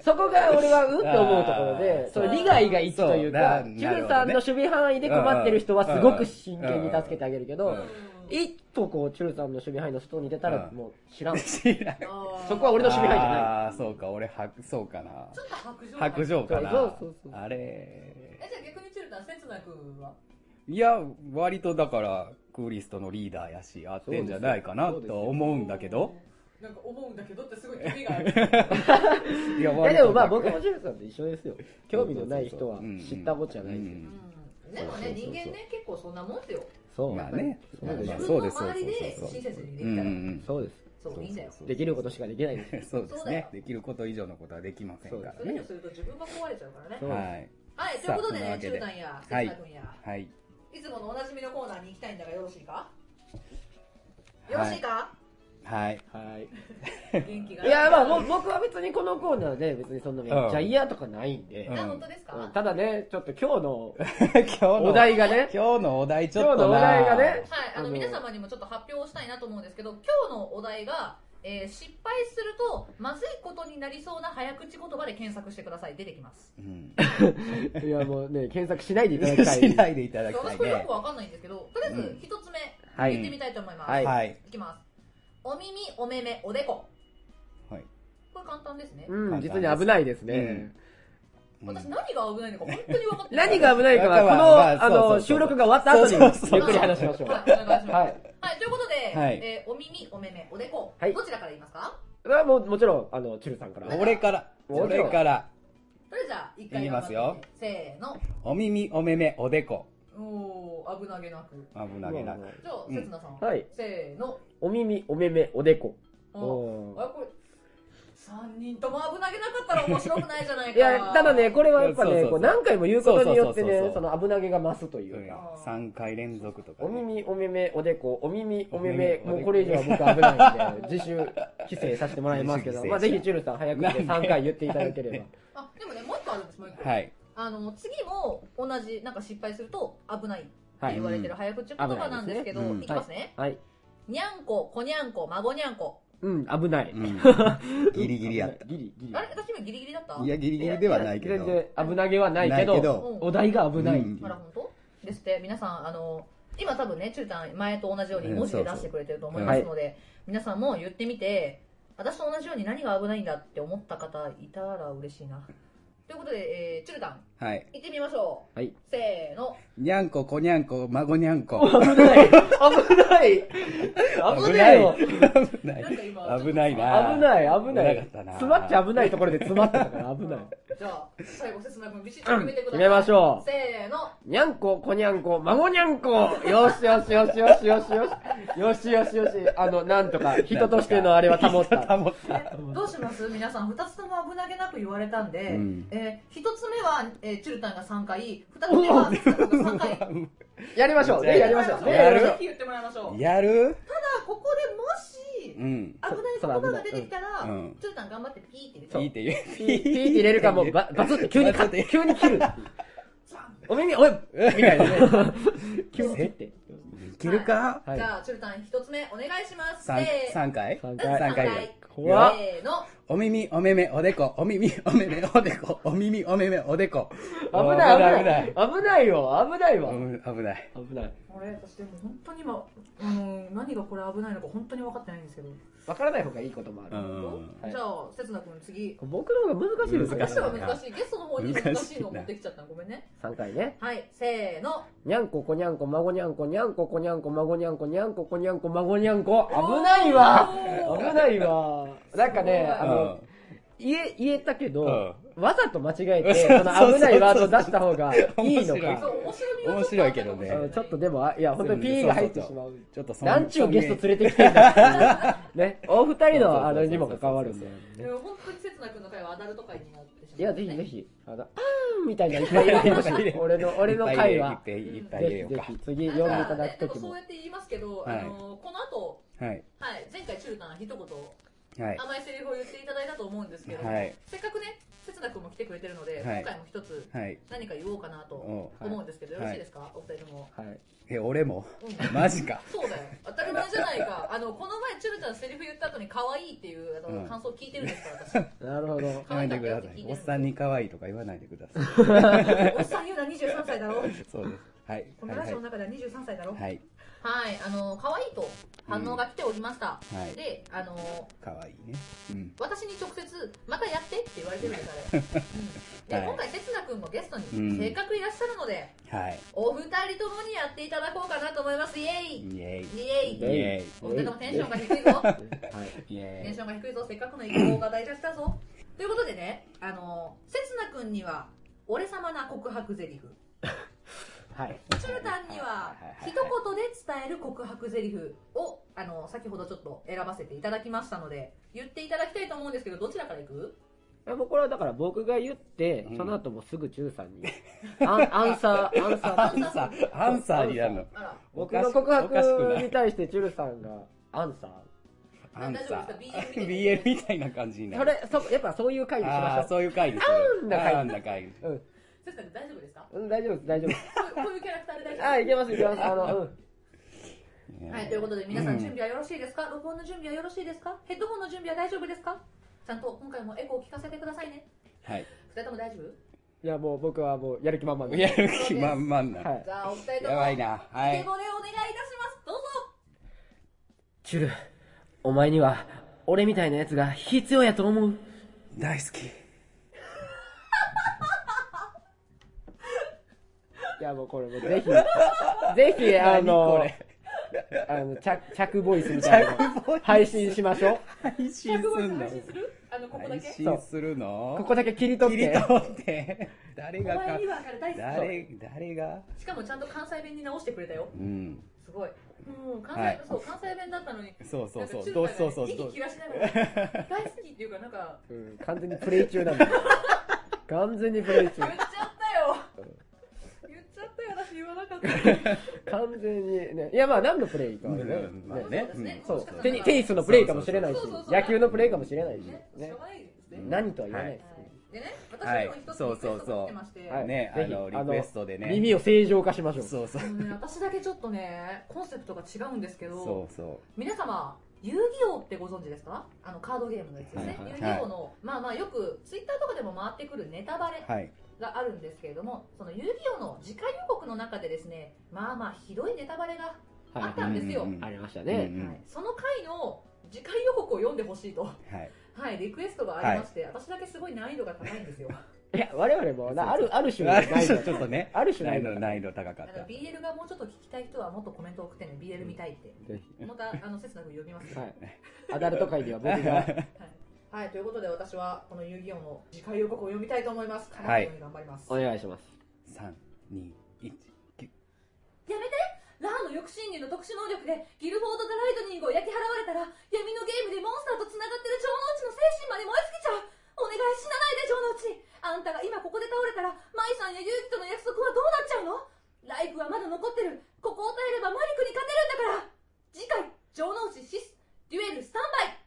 Speaker 3: そこが俺はうんって思うところ
Speaker 2: あ
Speaker 3: で
Speaker 2: ー
Speaker 3: その利害が一致というか
Speaker 2: そう
Speaker 3: キ
Speaker 2: な
Speaker 3: ュンさんの守備範囲で困ってる人はすごく真剣に助けてあげるけ
Speaker 2: う
Speaker 3: ど
Speaker 2: ん
Speaker 3: 一歩こうチュルさんの守備範囲の外に出たら
Speaker 2: うん
Speaker 3: もう知らん
Speaker 2: 知らん。
Speaker 3: そこは俺の守備範囲じゃない
Speaker 2: ああ、そうか、俺、は、そうかな。
Speaker 1: ちょっと白状
Speaker 2: 白状かな。
Speaker 3: そうそうそう
Speaker 2: あれ。
Speaker 1: えじゃあ逆にチュルタン刹那君はい
Speaker 2: や、割とだから、クーリストのリーダーやし、合ってんじゃないかな
Speaker 3: そうです
Speaker 2: とは思うんだけど。
Speaker 1: なんか思うんだけどってすごい気味がある
Speaker 2: いや、
Speaker 3: いやでもま
Speaker 2: 割と
Speaker 3: あ僕もチュルさんと一緒ですよ興味のない人は知ったことじゃないんで
Speaker 2: うん
Speaker 1: うんでもね人間ね結構そんなもんですよ
Speaker 3: そう
Speaker 2: まあね。
Speaker 3: そうで
Speaker 2: ま
Speaker 3: す
Speaker 2: あ
Speaker 1: 自
Speaker 2: そ
Speaker 1: 分
Speaker 2: う
Speaker 1: の
Speaker 2: です
Speaker 1: 周りで
Speaker 2: そうそうそう
Speaker 1: 親切にで
Speaker 2: う
Speaker 1: き
Speaker 2: んう
Speaker 1: たら
Speaker 2: ん
Speaker 3: そうです
Speaker 1: そういいんだよ
Speaker 2: そう
Speaker 3: できることしかできないんです
Speaker 2: うん。そうで
Speaker 1: そう
Speaker 2: す
Speaker 1: だよ
Speaker 2: ね。できること以上のことはできませんか
Speaker 1: そ
Speaker 2: ら
Speaker 1: れ以上
Speaker 2: ね。
Speaker 1: すると自分が壊れちゃうからね
Speaker 3: そう
Speaker 2: はい。
Speaker 1: はいということで
Speaker 2: さ
Speaker 1: ね
Speaker 2: あ
Speaker 1: チ
Speaker 2: そん
Speaker 1: ュル
Speaker 2: なわけで
Speaker 1: タンや
Speaker 2: は
Speaker 1: 刹
Speaker 2: い
Speaker 1: 那君や
Speaker 2: はい。
Speaker 1: いつものおなじみのコーナーに行きたいんだがよろしいかよろしいか
Speaker 2: はい。
Speaker 3: はい
Speaker 1: 元気が
Speaker 3: いやまあもう僕は別にこのコーナーで別にそんなめっちゃ嫌とかないんで
Speaker 2: うん
Speaker 1: あ本当です
Speaker 3: うん
Speaker 1: か
Speaker 3: ただねちょっと今日の
Speaker 2: 今日の
Speaker 3: お題がね
Speaker 2: 今日のお題ちょっとな
Speaker 3: 今日のお題がね
Speaker 1: はい、あ
Speaker 3: あ
Speaker 1: の
Speaker 3: の
Speaker 1: 皆様にもちょっと発表をしたいなと思うんですけど今日のお題が、えー失敗するとまずいことになりそうな早口言葉で検索してください出てきます
Speaker 2: うん。
Speaker 3: いやもうね、検索しないでいただきたい。
Speaker 2: しないでいただきた
Speaker 1: 私
Speaker 2: い
Speaker 1: これよ
Speaker 2: ね
Speaker 1: く。わかんないんですけどとりあえず
Speaker 2: うん
Speaker 1: 一つ目、
Speaker 3: はい
Speaker 1: 言ってみたいと思います、、
Speaker 3: はいい
Speaker 2: はい。
Speaker 1: きますお耳お目目おでこ
Speaker 2: はい。
Speaker 1: これ簡単ですね、
Speaker 3: うん、実に危ないですね。
Speaker 2: うん
Speaker 1: 私何が危ないのか本当に分かってない
Speaker 3: 何が危ないか
Speaker 2: まあ
Speaker 3: は、
Speaker 2: まあ
Speaker 3: この、あ
Speaker 2: そうそう
Speaker 3: の、
Speaker 2: そう
Speaker 3: 収録が終わった後
Speaker 2: そうそう
Speaker 3: に、
Speaker 2: そう
Speaker 3: ゆっくり話しましょう。
Speaker 1: はい、お願いします。は、
Speaker 3: はいい。
Speaker 1: ということで、
Speaker 2: はい
Speaker 1: えーお耳、お目目、おでこ、
Speaker 3: はい
Speaker 1: どちらから言いますか
Speaker 3: それはもう、もちろん、あの、チュルさんから。
Speaker 2: 俺から、
Speaker 3: もちろん
Speaker 2: 俺から、
Speaker 1: それじゃあ、一回
Speaker 2: 言いますよ
Speaker 1: せーの。
Speaker 2: お耳、お目目、おでこ、
Speaker 1: おー、危なげなく。
Speaker 2: 危なげなく。
Speaker 1: じゃあ、
Speaker 2: うん
Speaker 1: せつなさん。
Speaker 3: はい。
Speaker 1: せーの。
Speaker 3: お耳、お目目、おでこ。
Speaker 1: お
Speaker 3: うん
Speaker 1: あこれ、3人とも危なげなかったら面白くないじゃないか。
Speaker 3: いや、ただね、、これはやっぱ
Speaker 2: そうそう
Speaker 3: ね、
Speaker 2: そう
Speaker 3: こう何回も言うことによって
Speaker 2: そうそうそう
Speaker 3: ね
Speaker 2: そ、う
Speaker 3: その危なげが増すというか。
Speaker 2: 3回連続とか
Speaker 3: お
Speaker 2: ね、
Speaker 3: 耳、お目目、おでこ、お耳、お目目、
Speaker 2: お
Speaker 3: も
Speaker 2: 目目
Speaker 3: うこれ以上は僕危ないんで、自主規制させてもらいますけ
Speaker 2: 自主規
Speaker 3: ど、
Speaker 2: 制
Speaker 3: まあぜひチュルさん早くて
Speaker 2: なんで
Speaker 3: 3回言っていただければ。
Speaker 1: あ、でもね、もう一個あるんです、もう一個。
Speaker 2: はい。
Speaker 1: あの、次も同じ、なんか失敗すると危ないって
Speaker 3: はい
Speaker 1: 言われてる早口言葉なんですけど、
Speaker 2: うん
Speaker 1: いきますね。
Speaker 3: はい。
Speaker 1: にゃんこ、こにゃんこ、孫にゃんこ。
Speaker 3: うん、危ない。
Speaker 2: うんギリギリやった。
Speaker 3: ギリギリ
Speaker 1: あれ私今ギリギリだった
Speaker 2: いや、ギリギリではないけど。
Speaker 3: 全然危なげはないけど
Speaker 2: ないけど
Speaker 3: お題が危ない、
Speaker 2: うん
Speaker 1: あら、本当ですって、皆さん、あの、今多分ね、ちゅうたん、前と同じように文字で出してくれてると思いますので、皆さんも言ってみて、私と同じように何が危ないんだって思った方いたら嬉しいな。ということで、えー、ちゅうたん、
Speaker 2: はい。
Speaker 1: 行ってみましょう。
Speaker 3: はい
Speaker 1: せーの。
Speaker 2: にゃんこ、こにゃんこ、孫にゃんこ。
Speaker 3: 危ない危ない危ないよ危
Speaker 2: 危ない
Speaker 1: なんか今。
Speaker 2: 危ないな。
Speaker 3: ない危な
Speaker 2: 危な
Speaker 3: い
Speaker 2: かったな
Speaker 3: 詰まっちゃ危ないところで詰まってたから危ない
Speaker 1: じゃあ、最後、せつな君、ビシッと決めてくださ
Speaker 3: 決
Speaker 1: い。
Speaker 3: めましょ
Speaker 1: せーの。
Speaker 3: うにゃんここにゃんこ孫にゃんこよしよしよしよしよしよしよしよしよしあのなんとか人としてのあれは保った
Speaker 2: 保った。
Speaker 1: どうします皆さん、二つとも危なげなく言われたんで、
Speaker 2: うん
Speaker 1: えー、一つ目は、えー、チュルタンが3回、二つ目は、せつな君が3回。
Speaker 3: やりましょう ねやりましょうね
Speaker 2: やる
Speaker 3: やりま
Speaker 1: ぜ
Speaker 3: し
Speaker 1: ひ言ってもらいましょう。
Speaker 2: やる
Speaker 1: あここでもし、
Speaker 2: うん。
Speaker 1: 危ない言葉が出てきたら、
Speaker 2: そそれ危ないうん
Speaker 1: ちょっと頑張ってピーって入れて
Speaker 2: いいって言う。
Speaker 3: ピーピー入れ るかもうババツって急にカッ急に切るお耳おいみたいなね急に切って
Speaker 2: いけるか
Speaker 3: はい
Speaker 1: じゃあ、チュルタン一つ目お願いします。
Speaker 2: 三
Speaker 1: せー
Speaker 2: 三回
Speaker 3: 三
Speaker 1: うん
Speaker 3: 回
Speaker 1: 三回
Speaker 2: で
Speaker 3: 怖っ
Speaker 1: せーの。
Speaker 2: お耳、お目目、おでこ、お耳、お目目、おでこ、お耳、お目目、おでこ。
Speaker 3: 危ない危
Speaker 2: 危
Speaker 3: な
Speaker 2: ない
Speaker 3: い危ないよ危ないわ
Speaker 2: うん危ない。
Speaker 3: 危ない
Speaker 1: これ、私でも本当に今、あのー何がこれ危ないのか本当に分かってないんですけど。
Speaker 3: 分からない方がいいこともあ
Speaker 2: う
Speaker 3: る
Speaker 2: ん。
Speaker 3: はい
Speaker 1: じゃあ、せつな君次。
Speaker 3: 僕の方が難しいです
Speaker 1: ゲスト
Speaker 2: 難
Speaker 1: が
Speaker 2: い
Speaker 1: 難しい。ゲストの方に難しいのを持ってきちゃったのごめんね。
Speaker 3: 3回ね
Speaker 1: はい、せーの。
Speaker 3: にゃんここにゃんこ孫にゃんこにゃんここにゃんこ孫にゃんこにゃんここにゃんこ孫にゃんこ危ないわ
Speaker 1: おー
Speaker 3: 危ない わなんかね
Speaker 1: す
Speaker 3: あ
Speaker 1: ご
Speaker 3: の言え言えたけど
Speaker 2: う
Speaker 3: わざと間違えて
Speaker 2: そう
Speaker 3: その危ないワ
Speaker 2: そうそう
Speaker 3: ード
Speaker 2: そう
Speaker 3: 出した方がいいの
Speaker 2: 面
Speaker 1: そ
Speaker 3: か
Speaker 1: う面白みが
Speaker 2: 面白いけどね
Speaker 1: ちょっ
Speaker 3: う
Speaker 1: とあっ
Speaker 3: ん
Speaker 1: た
Speaker 3: ちょ
Speaker 1: かもしれない
Speaker 3: っとでもあいや本当にピーが入ってしまう
Speaker 2: ちょっとそん
Speaker 3: なんちゅうゲスト連れてきてんだってい うねお二人のあのにも関わるんだよ
Speaker 1: でも本当にせつな君の回はアダルト回になってしまう。
Speaker 3: いや、ぜひぜひ、あの、あーんみたいなのいっぱい入れてほし い。俺の、俺の回は。
Speaker 2: いっぱい入れいっぱい入れ
Speaker 3: ぜ
Speaker 2: よ
Speaker 3: ひ
Speaker 2: う
Speaker 3: ぜ
Speaker 2: か。
Speaker 3: ひ、次
Speaker 1: じ
Speaker 3: 読んでい
Speaker 1: ゃ
Speaker 3: た
Speaker 1: あ
Speaker 3: だ
Speaker 1: ね
Speaker 3: く
Speaker 1: で
Speaker 3: と
Speaker 1: も
Speaker 3: き
Speaker 1: そう
Speaker 3: も
Speaker 1: や。って言いますけど、
Speaker 2: はい
Speaker 1: あのーこの後、
Speaker 2: はい。
Speaker 1: はい、前回チュルタン一言
Speaker 2: はい。
Speaker 1: 甘いセリフを言っていただいたと思うんですけど、
Speaker 2: はい
Speaker 1: せっかくね、せつな君も来てくれてるので、
Speaker 2: はい
Speaker 1: 今回も一つ
Speaker 2: はい。
Speaker 1: 何か言おうかなと
Speaker 2: お
Speaker 1: 思うんですけど、
Speaker 2: はい
Speaker 1: よろしいですか、お二人とも。
Speaker 3: はい。
Speaker 2: え、俺も
Speaker 1: うん
Speaker 2: マジか。
Speaker 1: そうだよ当たり前じゃない かあのこの前チュルちゃんセリフ言った後に可愛いっていうあの、
Speaker 2: うん
Speaker 1: 感想聞いてるんです から
Speaker 3: なるほど。
Speaker 2: やめてください。おっさんに可愛いとか言わないでください。
Speaker 1: 私おっさん言うな23歳だろ
Speaker 2: そうです。はい。
Speaker 1: この
Speaker 2: は
Speaker 1: ラ
Speaker 2: いは
Speaker 1: ジ
Speaker 2: い
Speaker 1: オの。中では23歳だろはい、
Speaker 2: はい。
Speaker 1: あの可愛いと反応が来ておりました、
Speaker 2: うんはい
Speaker 1: であの
Speaker 2: 可愛いね。うん。
Speaker 1: 私に直接「またやって」って言われてるんですあれ、うんで
Speaker 2: はい
Speaker 1: 今回せつな君もゲスト
Speaker 2: う
Speaker 1: に
Speaker 2: ん
Speaker 1: せっかくいらっしゃるので、
Speaker 2: はい。
Speaker 1: お二人ともにやっていただこうかなと思いますイエイ
Speaker 2: イェ
Speaker 1: イエイ
Speaker 2: イ。イェイ。
Speaker 1: お二人ともテンションが低いぞ
Speaker 3: はい。
Speaker 2: イ
Speaker 1: テンシ
Speaker 2: ェ
Speaker 1: ョンが低いぞ、せっかくの意向が大事したぞ。ということでね、あの、せつな君には、俺様な告白ゼリフ。
Speaker 3: はい。
Speaker 1: チュルタンには、一言で伝える告白ゼリフを、あの、先ほどちょっと選ばせていただきましたので、言っていただきたいと思うんですけど、どちらからいく
Speaker 3: あもうこれはだから僕が言って
Speaker 2: う、ん
Speaker 3: その後もすぐチューさんに、アンアンサー、アンサ
Speaker 2: ア
Speaker 3: ー。
Speaker 2: ンサー、アンサーになるの。
Speaker 1: あ
Speaker 3: 僕の告白に対してチュルさんが、アンサー。
Speaker 1: ら、
Speaker 2: アン サ
Speaker 1: 大丈夫です
Speaker 2: ー。
Speaker 1: か
Speaker 2: BL みたいな感じにな
Speaker 3: そ
Speaker 2: る。
Speaker 3: れ、そ、やっぱそういう会にし
Speaker 2: あ
Speaker 3: ま
Speaker 2: あー、
Speaker 3: しょ
Speaker 2: そういう回です。
Speaker 3: あーんな回
Speaker 2: あーんな回です。
Speaker 3: う。うん
Speaker 1: せつな君大丈夫です か
Speaker 3: うん、大丈夫です、大丈夫で
Speaker 1: こういうこういうキャラクターで大
Speaker 3: す。
Speaker 1: 丈
Speaker 3: あ、
Speaker 1: 夫
Speaker 3: いけます、いけます。あの、うん。
Speaker 1: はい、ということで皆さ
Speaker 2: うんん
Speaker 1: 準備はよろしいですか、録音の準備はよろしいですかヘッドホンの準備は大丈夫ですかちゃんと今回もエコーを聞かせてくださいね。
Speaker 2: はい。
Speaker 1: 二人とも大丈夫
Speaker 3: いや、もう僕はもう、やる気満々で
Speaker 2: やる気満々な。
Speaker 3: はい。
Speaker 1: じゃあお二人とも
Speaker 2: やばいな。は
Speaker 1: 英
Speaker 2: い。
Speaker 1: 語でお願いいたしますどうぞ
Speaker 3: チュル、お前には、俺みたいなやつが必要やと思う。
Speaker 2: 大好き。
Speaker 3: いや、もうこれもうぜひ、ぜひ、あ
Speaker 2: 何
Speaker 3: の
Speaker 2: こ、れ。
Speaker 3: あの、着、着ボイスみたいなの配信しましょう。
Speaker 2: 配信すん
Speaker 1: 100
Speaker 2: の
Speaker 1: 配信するあのここだ
Speaker 2: 配
Speaker 1: け
Speaker 2: 信するの
Speaker 3: ここだけ切り取
Speaker 2: 切
Speaker 3: っ
Speaker 2: り
Speaker 3: て。
Speaker 2: 取って。 誰
Speaker 1: お
Speaker 2: が
Speaker 1: 前
Speaker 2: か
Speaker 1: に。はから大好
Speaker 2: 誰、誰が
Speaker 1: きしかもちゃんと関西弁に直してくれたよ
Speaker 2: うん。
Speaker 1: すごいうん関西、
Speaker 2: はい
Speaker 1: そう関西弁だったのに
Speaker 2: そうそうそ
Speaker 1: なんか
Speaker 2: う。
Speaker 1: 中華がね
Speaker 2: どうそうそう。
Speaker 1: 息
Speaker 2: どう
Speaker 1: 切らしなが ら大好きっていうかなんか
Speaker 3: うん、完全にプレイ中なんだよ。完全にプレイ中
Speaker 1: 言っ。ちゃったよ言っちゃったよ私言わなか った
Speaker 3: 完全にね。いや、まあ何のプレイかはね。
Speaker 2: うんまあね
Speaker 3: ね
Speaker 1: そうですね
Speaker 3: そ
Speaker 1: もしかした
Speaker 3: う
Speaker 1: ら
Speaker 3: テニ。テニスのプレイかもしれないし
Speaker 1: そうそうそう、そう
Speaker 3: 野球のプレイかもしれないし。
Speaker 1: ねし
Speaker 3: ね
Speaker 1: ょう。がないですね、
Speaker 3: 何とは言わないです
Speaker 1: は
Speaker 3: ね。
Speaker 1: いでね、私にも一つリクエストが来てまして、
Speaker 3: はい
Speaker 2: ね、
Speaker 3: ぜ
Speaker 2: あ
Speaker 3: ひ
Speaker 2: の、リクエストでね。
Speaker 3: 耳を正常化しましょう。
Speaker 2: そうそう
Speaker 1: あ。のね私だけちょっとね、コンセプトが違うんですけど、
Speaker 2: そうそう。
Speaker 1: 皆様、遊戯王ってご存知ですかあのカードゲームのやつですね。
Speaker 2: はいはい
Speaker 1: 遊戯王の、まあまあよくツイッターとかでも回ってくるネタバレ
Speaker 2: はい。
Speaker 1: があるんですけれども、その遊戯王の次回予告の中でですね、まあまあひどいネタバレがあったんですよ。
Speaker 2: うんうんうん
Speaker 3: ありました
Speaker 2: うんう
Speaker 3: ね。
Speaker 1: はい
Speaker 2: ん
Speaker 1: その回の次回予告を読んでほしいと、
Speaker 2: はい。
Speaker 1: はい、リクエストがありまして、私だけすごい難易度が 高いんですよ。
Speaker 3: いや、我々もな、あ
Speaker 2: そう
Speaker 3: る、ある種の
Speaker 2: あ
Speaker 3: 難易
Speaker 2: ちょ
Speaker 3: 度
Speaker 2: っとね、
Speaker 3: ある種
Speaker 2: 難易
Speaker 3: の
Speaker 2: 度難易度高かっ
Speaker 1: あの
Speaker 2: た。
Speaker 1: BL がもうちょっと聞きたい人はもっとコメントを送ってね BL 見たいって、
Speaker 3: ぜ
Speaker 1: またあの切なく呼びます
Speaker 3: ひ。
Speaker 1: は、
Speaker 3: はいい。アダルト界では僕が、
Speaker 1: はい、ということで私はこの遊戯王の次回予告を読みたいと思いますか
Speaker 2: はい
Speaker 1: 頑張ります、
Speaker 3: お願いします。
Speaker 2: 三二一ぎゅ
Speaker 1: やめてラーの抑止人間の特殊能力でギルフォード・ザ・ライトニングを焼き払われたら闇のゲームでモンスターと繋がってる城之内の精神まで燃え尽きちゃうお願い死なないで城之内あんたが今ここで倒れたら舞さんや勇気との約束はどうなっちゃうのライフはまだ残ってるここを耐えればマリクに勝てるんだから次回城之内シスデュエルスタンバイ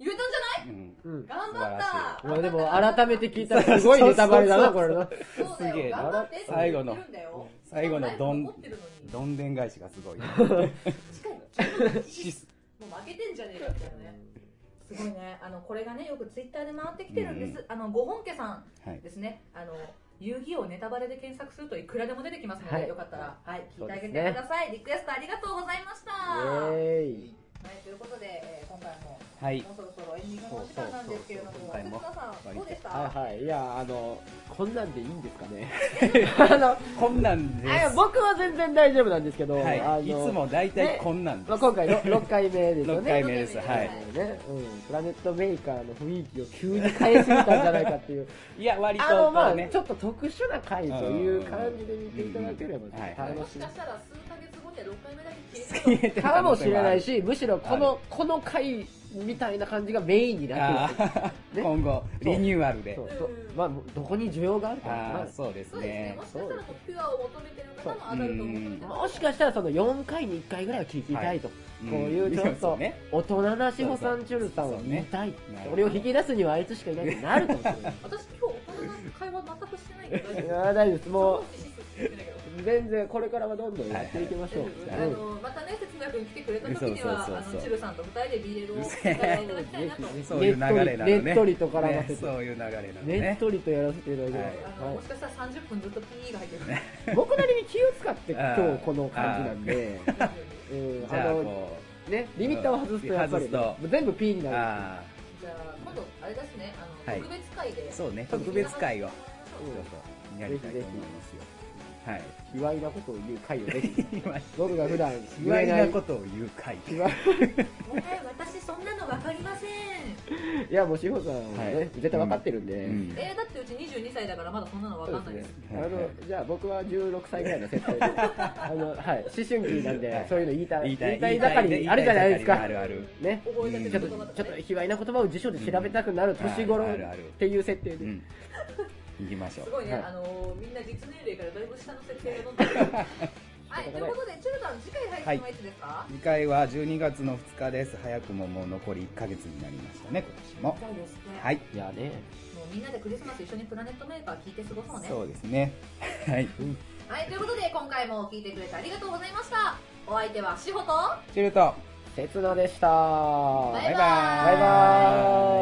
Speaker 1: 言えたんじゃない
Speaker 2: うん。
Speaker 3: うん。
Speaker 1: 頑張った
Speaker 3: まあでも、改めて聞いたらすごいネタバレだな、これな。
Speaker 1: そうだ
Speaker 2: すげ
Speaker 1: よ
Speaker 2: えな
Speaker 1: 頑張ってって
Speaker 2: 最後
Speaker 1: 言
Speaker 2: の
Speaker 1: ってるんだよ
Speaker 2: 最後のどん
Speaker 1: ライフ残ってるのに
Speaker 2: どんでん返しがすごい。
Speaker 1: 近いの15日
Speaker 2: シス
Speaker 1: もう負けてんじゃねえかみたいなねすごいねあのこれがねよくツイッターで回ってきてるんです、あのご本家さん
Speaker 2: はい。
Speaker 1: ですねあの遊戯王ネタバレで検索するといくらでも出てきますので、
Speaker 3: はい
Speaker 1: よかったら、はい、聞いてあげて
Speaker 3: そうですね
Speaker 1: ください、リクエストありがとうございました、
Speaker 3: えい。
Speaker 1: はい、ということで、えー今回も
Speaker 2: はい
Speaker 1: も。うそろそろエンディングのお時間なんですけれども
Speaker 2: そうそうそうそう
Speaker 1: 哲田さんどうでした、
Speaker 3: はいはい。いや、あの、こんなんでいいんですかね。 あの、
Speaker 2: こんなんで
Speaker 3: あいや
Speaker 2: す。
Speaker 3: 僕は全然大丈夫なんですけど、あ
Speaker 2: は
Speaker 3: の
Speaker 2: い。いつもだいたいこんなんで
Speaker 3: まあ、
Speaker 2: す。
Speaker 3: 今回 6, 回目ですよ
Speaker 2: 六
Speaker 3: ね。
Speaker 2: 回目です。はい。
Speaker 3: ね、うん、プラネットメーカーの雰囲気を急に変えすぎたんじゃないかっ ていう、
Speaker 2: いや割と
Speaker 3: あのま
Speaker 2: こ
Speaker 3: あ、
Speaker 2: うね
Speaker 3: ち。ょっと特殊な回という感じで見ていただければ、
Speaker 2: うんはい
Speaker 1: も
Speaker 3: 楽
Speaker 1: し
Speaker 3: し
Speaker 1: かしたら数ヶ月後には6回目だけ聞いてる
Speaker 2: 消えて
Speaker 3: い。
Speaker 2: る
Speaker 3: かもしれないし、むしろこの、
Speaker 2: は
Speaker 3: この回みたいな感じがメインになってるんですよ
Speaker 2: あー
Speaker 3: ね
Speaker 2: 今後
Speaker 3: そう
Speaker 2: リニューアルで
Speaker 3: そうそうまあ、どこに需要があるか
Speaker 2: あ
Speaker 3: な
Speaker 2: あそうです
Speaker 1: そうですね
Speaker 2: ね
Speaker 1: もしかしたらこうピュアを求めてる方もアダルトを求めてる方
Speaker 3: もしかしたらその4回に1回ぐらいは聞きたいと、
Speaker 2: うん
Speaker 3: こういうちょっ
Speaker 2: そう
Speaker 3: と
Speaker 2: ね
Speaker 3: 大人な志保さんチュルさんを見たい、
Speaker 2: そうね
Speaker 3: 俺を引き出すにはあいつしかいないってなると思う
Speaker 1: 私今日大人の会話全くしてないけど大丈
Speaker 3: い
Speaker 1: 夫
Speaker 3: やー大丈夫ですも
Speaker 1: シスしてるけど
Speaker 3: う全然これからはどんどんやっていきましょう、
Speaker 1: あのまたね、節約に来てくれた時には、
Speaker 2: そう
Speaker 1: あ
Speaker 2: そうそうそう
Speaker 1: のチルさんと二人でビールをお互いいただきたいなと。
Speaker 3: ぜ
Speaker 2: そういう流れなのね
Speaker 3: ねっとりと絡ませて
Speaker 2: ねそういう流れなの
Speaker 3: ね
Speaker 2: ね
Speaker 3: っとりとやらせていただきます、
Speaker 1: あのもしかしたら30分ずっと PE が入ってる。
Speaker 3: はい僕なりに気を使って今
Speaker 2: あー
Speaker 3: 日この感じなんで、うん
Speaker 2: じ
Speaker 3: あ
Speaker 2: ゃあ
Speaker 3: の
Speaker 2: こ
Speaker 3: ね、リミッターを外すとやっぱり、
Speaker 2: 外す
Speaker 3: 全部 P に
Speaker 2: う
Speaker 3: なる
Speaker 2: あ
Speaker 1: じゃあ、今度、あれですね、あの、
Speaker 2: はい
Speaker 1: 特別会で
Speaker 2: あ、そうね特別会を
Speaker 3: ん
Speaker 2: ちょっとやりたいと思いますよはい
Speaker 3: 卑猥なことを言う回 をぜひ
Speaker 2: 今
Speaker 3: 僕が普
Speaker 2: 意
Speaker 3: 段言
Speaker 2: 外
Speaker 3: えな
Speaker 2: ないことを言う会
Speaker 3: 卑
Speaker 1: え
Speaker 3: 猥
Speaker 1: ー私そんなのわかりません。
Speaker 3: いやもう志保さんはね、
Speaker 2: はい
Speaker 3: 絶対分かってるんで、
Speaker 2: うん
Speaker 1: えーだってうち22歳だからまだそんなのわ
Speaker 3: そ
Speaker 1: か
Speaker 3: うん
Speaker 1: ない
Speaker 3: で
Speaker 1: ですす。
Speaker 3: ね、
Speaker 2: はい
Speaker 3: あのじゃあ僕は16歳ぐらいの 設定であの、はい、思春期なんで、
Speaker 2: はい
Speaker 3: そういうの言いたい
Speaker 2: 言いたい
Speaker 3: 言いたい盛りあるじゃないですか
Speaker 2: あるある
Speaker 3: ね
Speaker 1: 覚えたて
Speaker 3: ちょ
Speaker 1: の
Speaker 3: っ
Speaker 1: 言葉
Speaker 3: と
Speaker 1: と
Speaker 3: ち
Speaker 1: か
Speaker 3: ょっと
Speaker 1: ね。
Speaker 3: 卑猥な言葉を辞書で調べたくなる年頃
Speaker 2: はいあるある
Speaker 3: っていう設定
Speaker 2: う
Speaker 3: で、
Speaker 2: ん行きましょ
Speaker 1: す
Speaker 2: う
Speaker 1: ごいね、
Speaker 3: はい
Speaker 1: あのーみんな実年齢からだいぶ下の設定を飲んでる。はい、ということで、チルさん、次回配信はいつですか、
Speaker 2: 次回は12月の2日です早くももう残り1ヶ月になりましたね今年も
Speaker 1: 次回ですね、
Speaker 2: はい
Speaker 3: いやね
Speaker 1: もうみんなでクリスマス一緒にプラネットメーカー聞いて過ごそうね。
Speaker 2: そうですね はい
Speaker 1: はい、ということで今回も聞いてくれてありがとうございました。お相手はしほと
Speaker 2: チルト
Speaker 3: 刹那でした
Speaker 1: バ
Speaker 3: バ
Speaker 1: イ
Speaker 3: イ
Speaker 1: バーイ
Speaker 3: バイ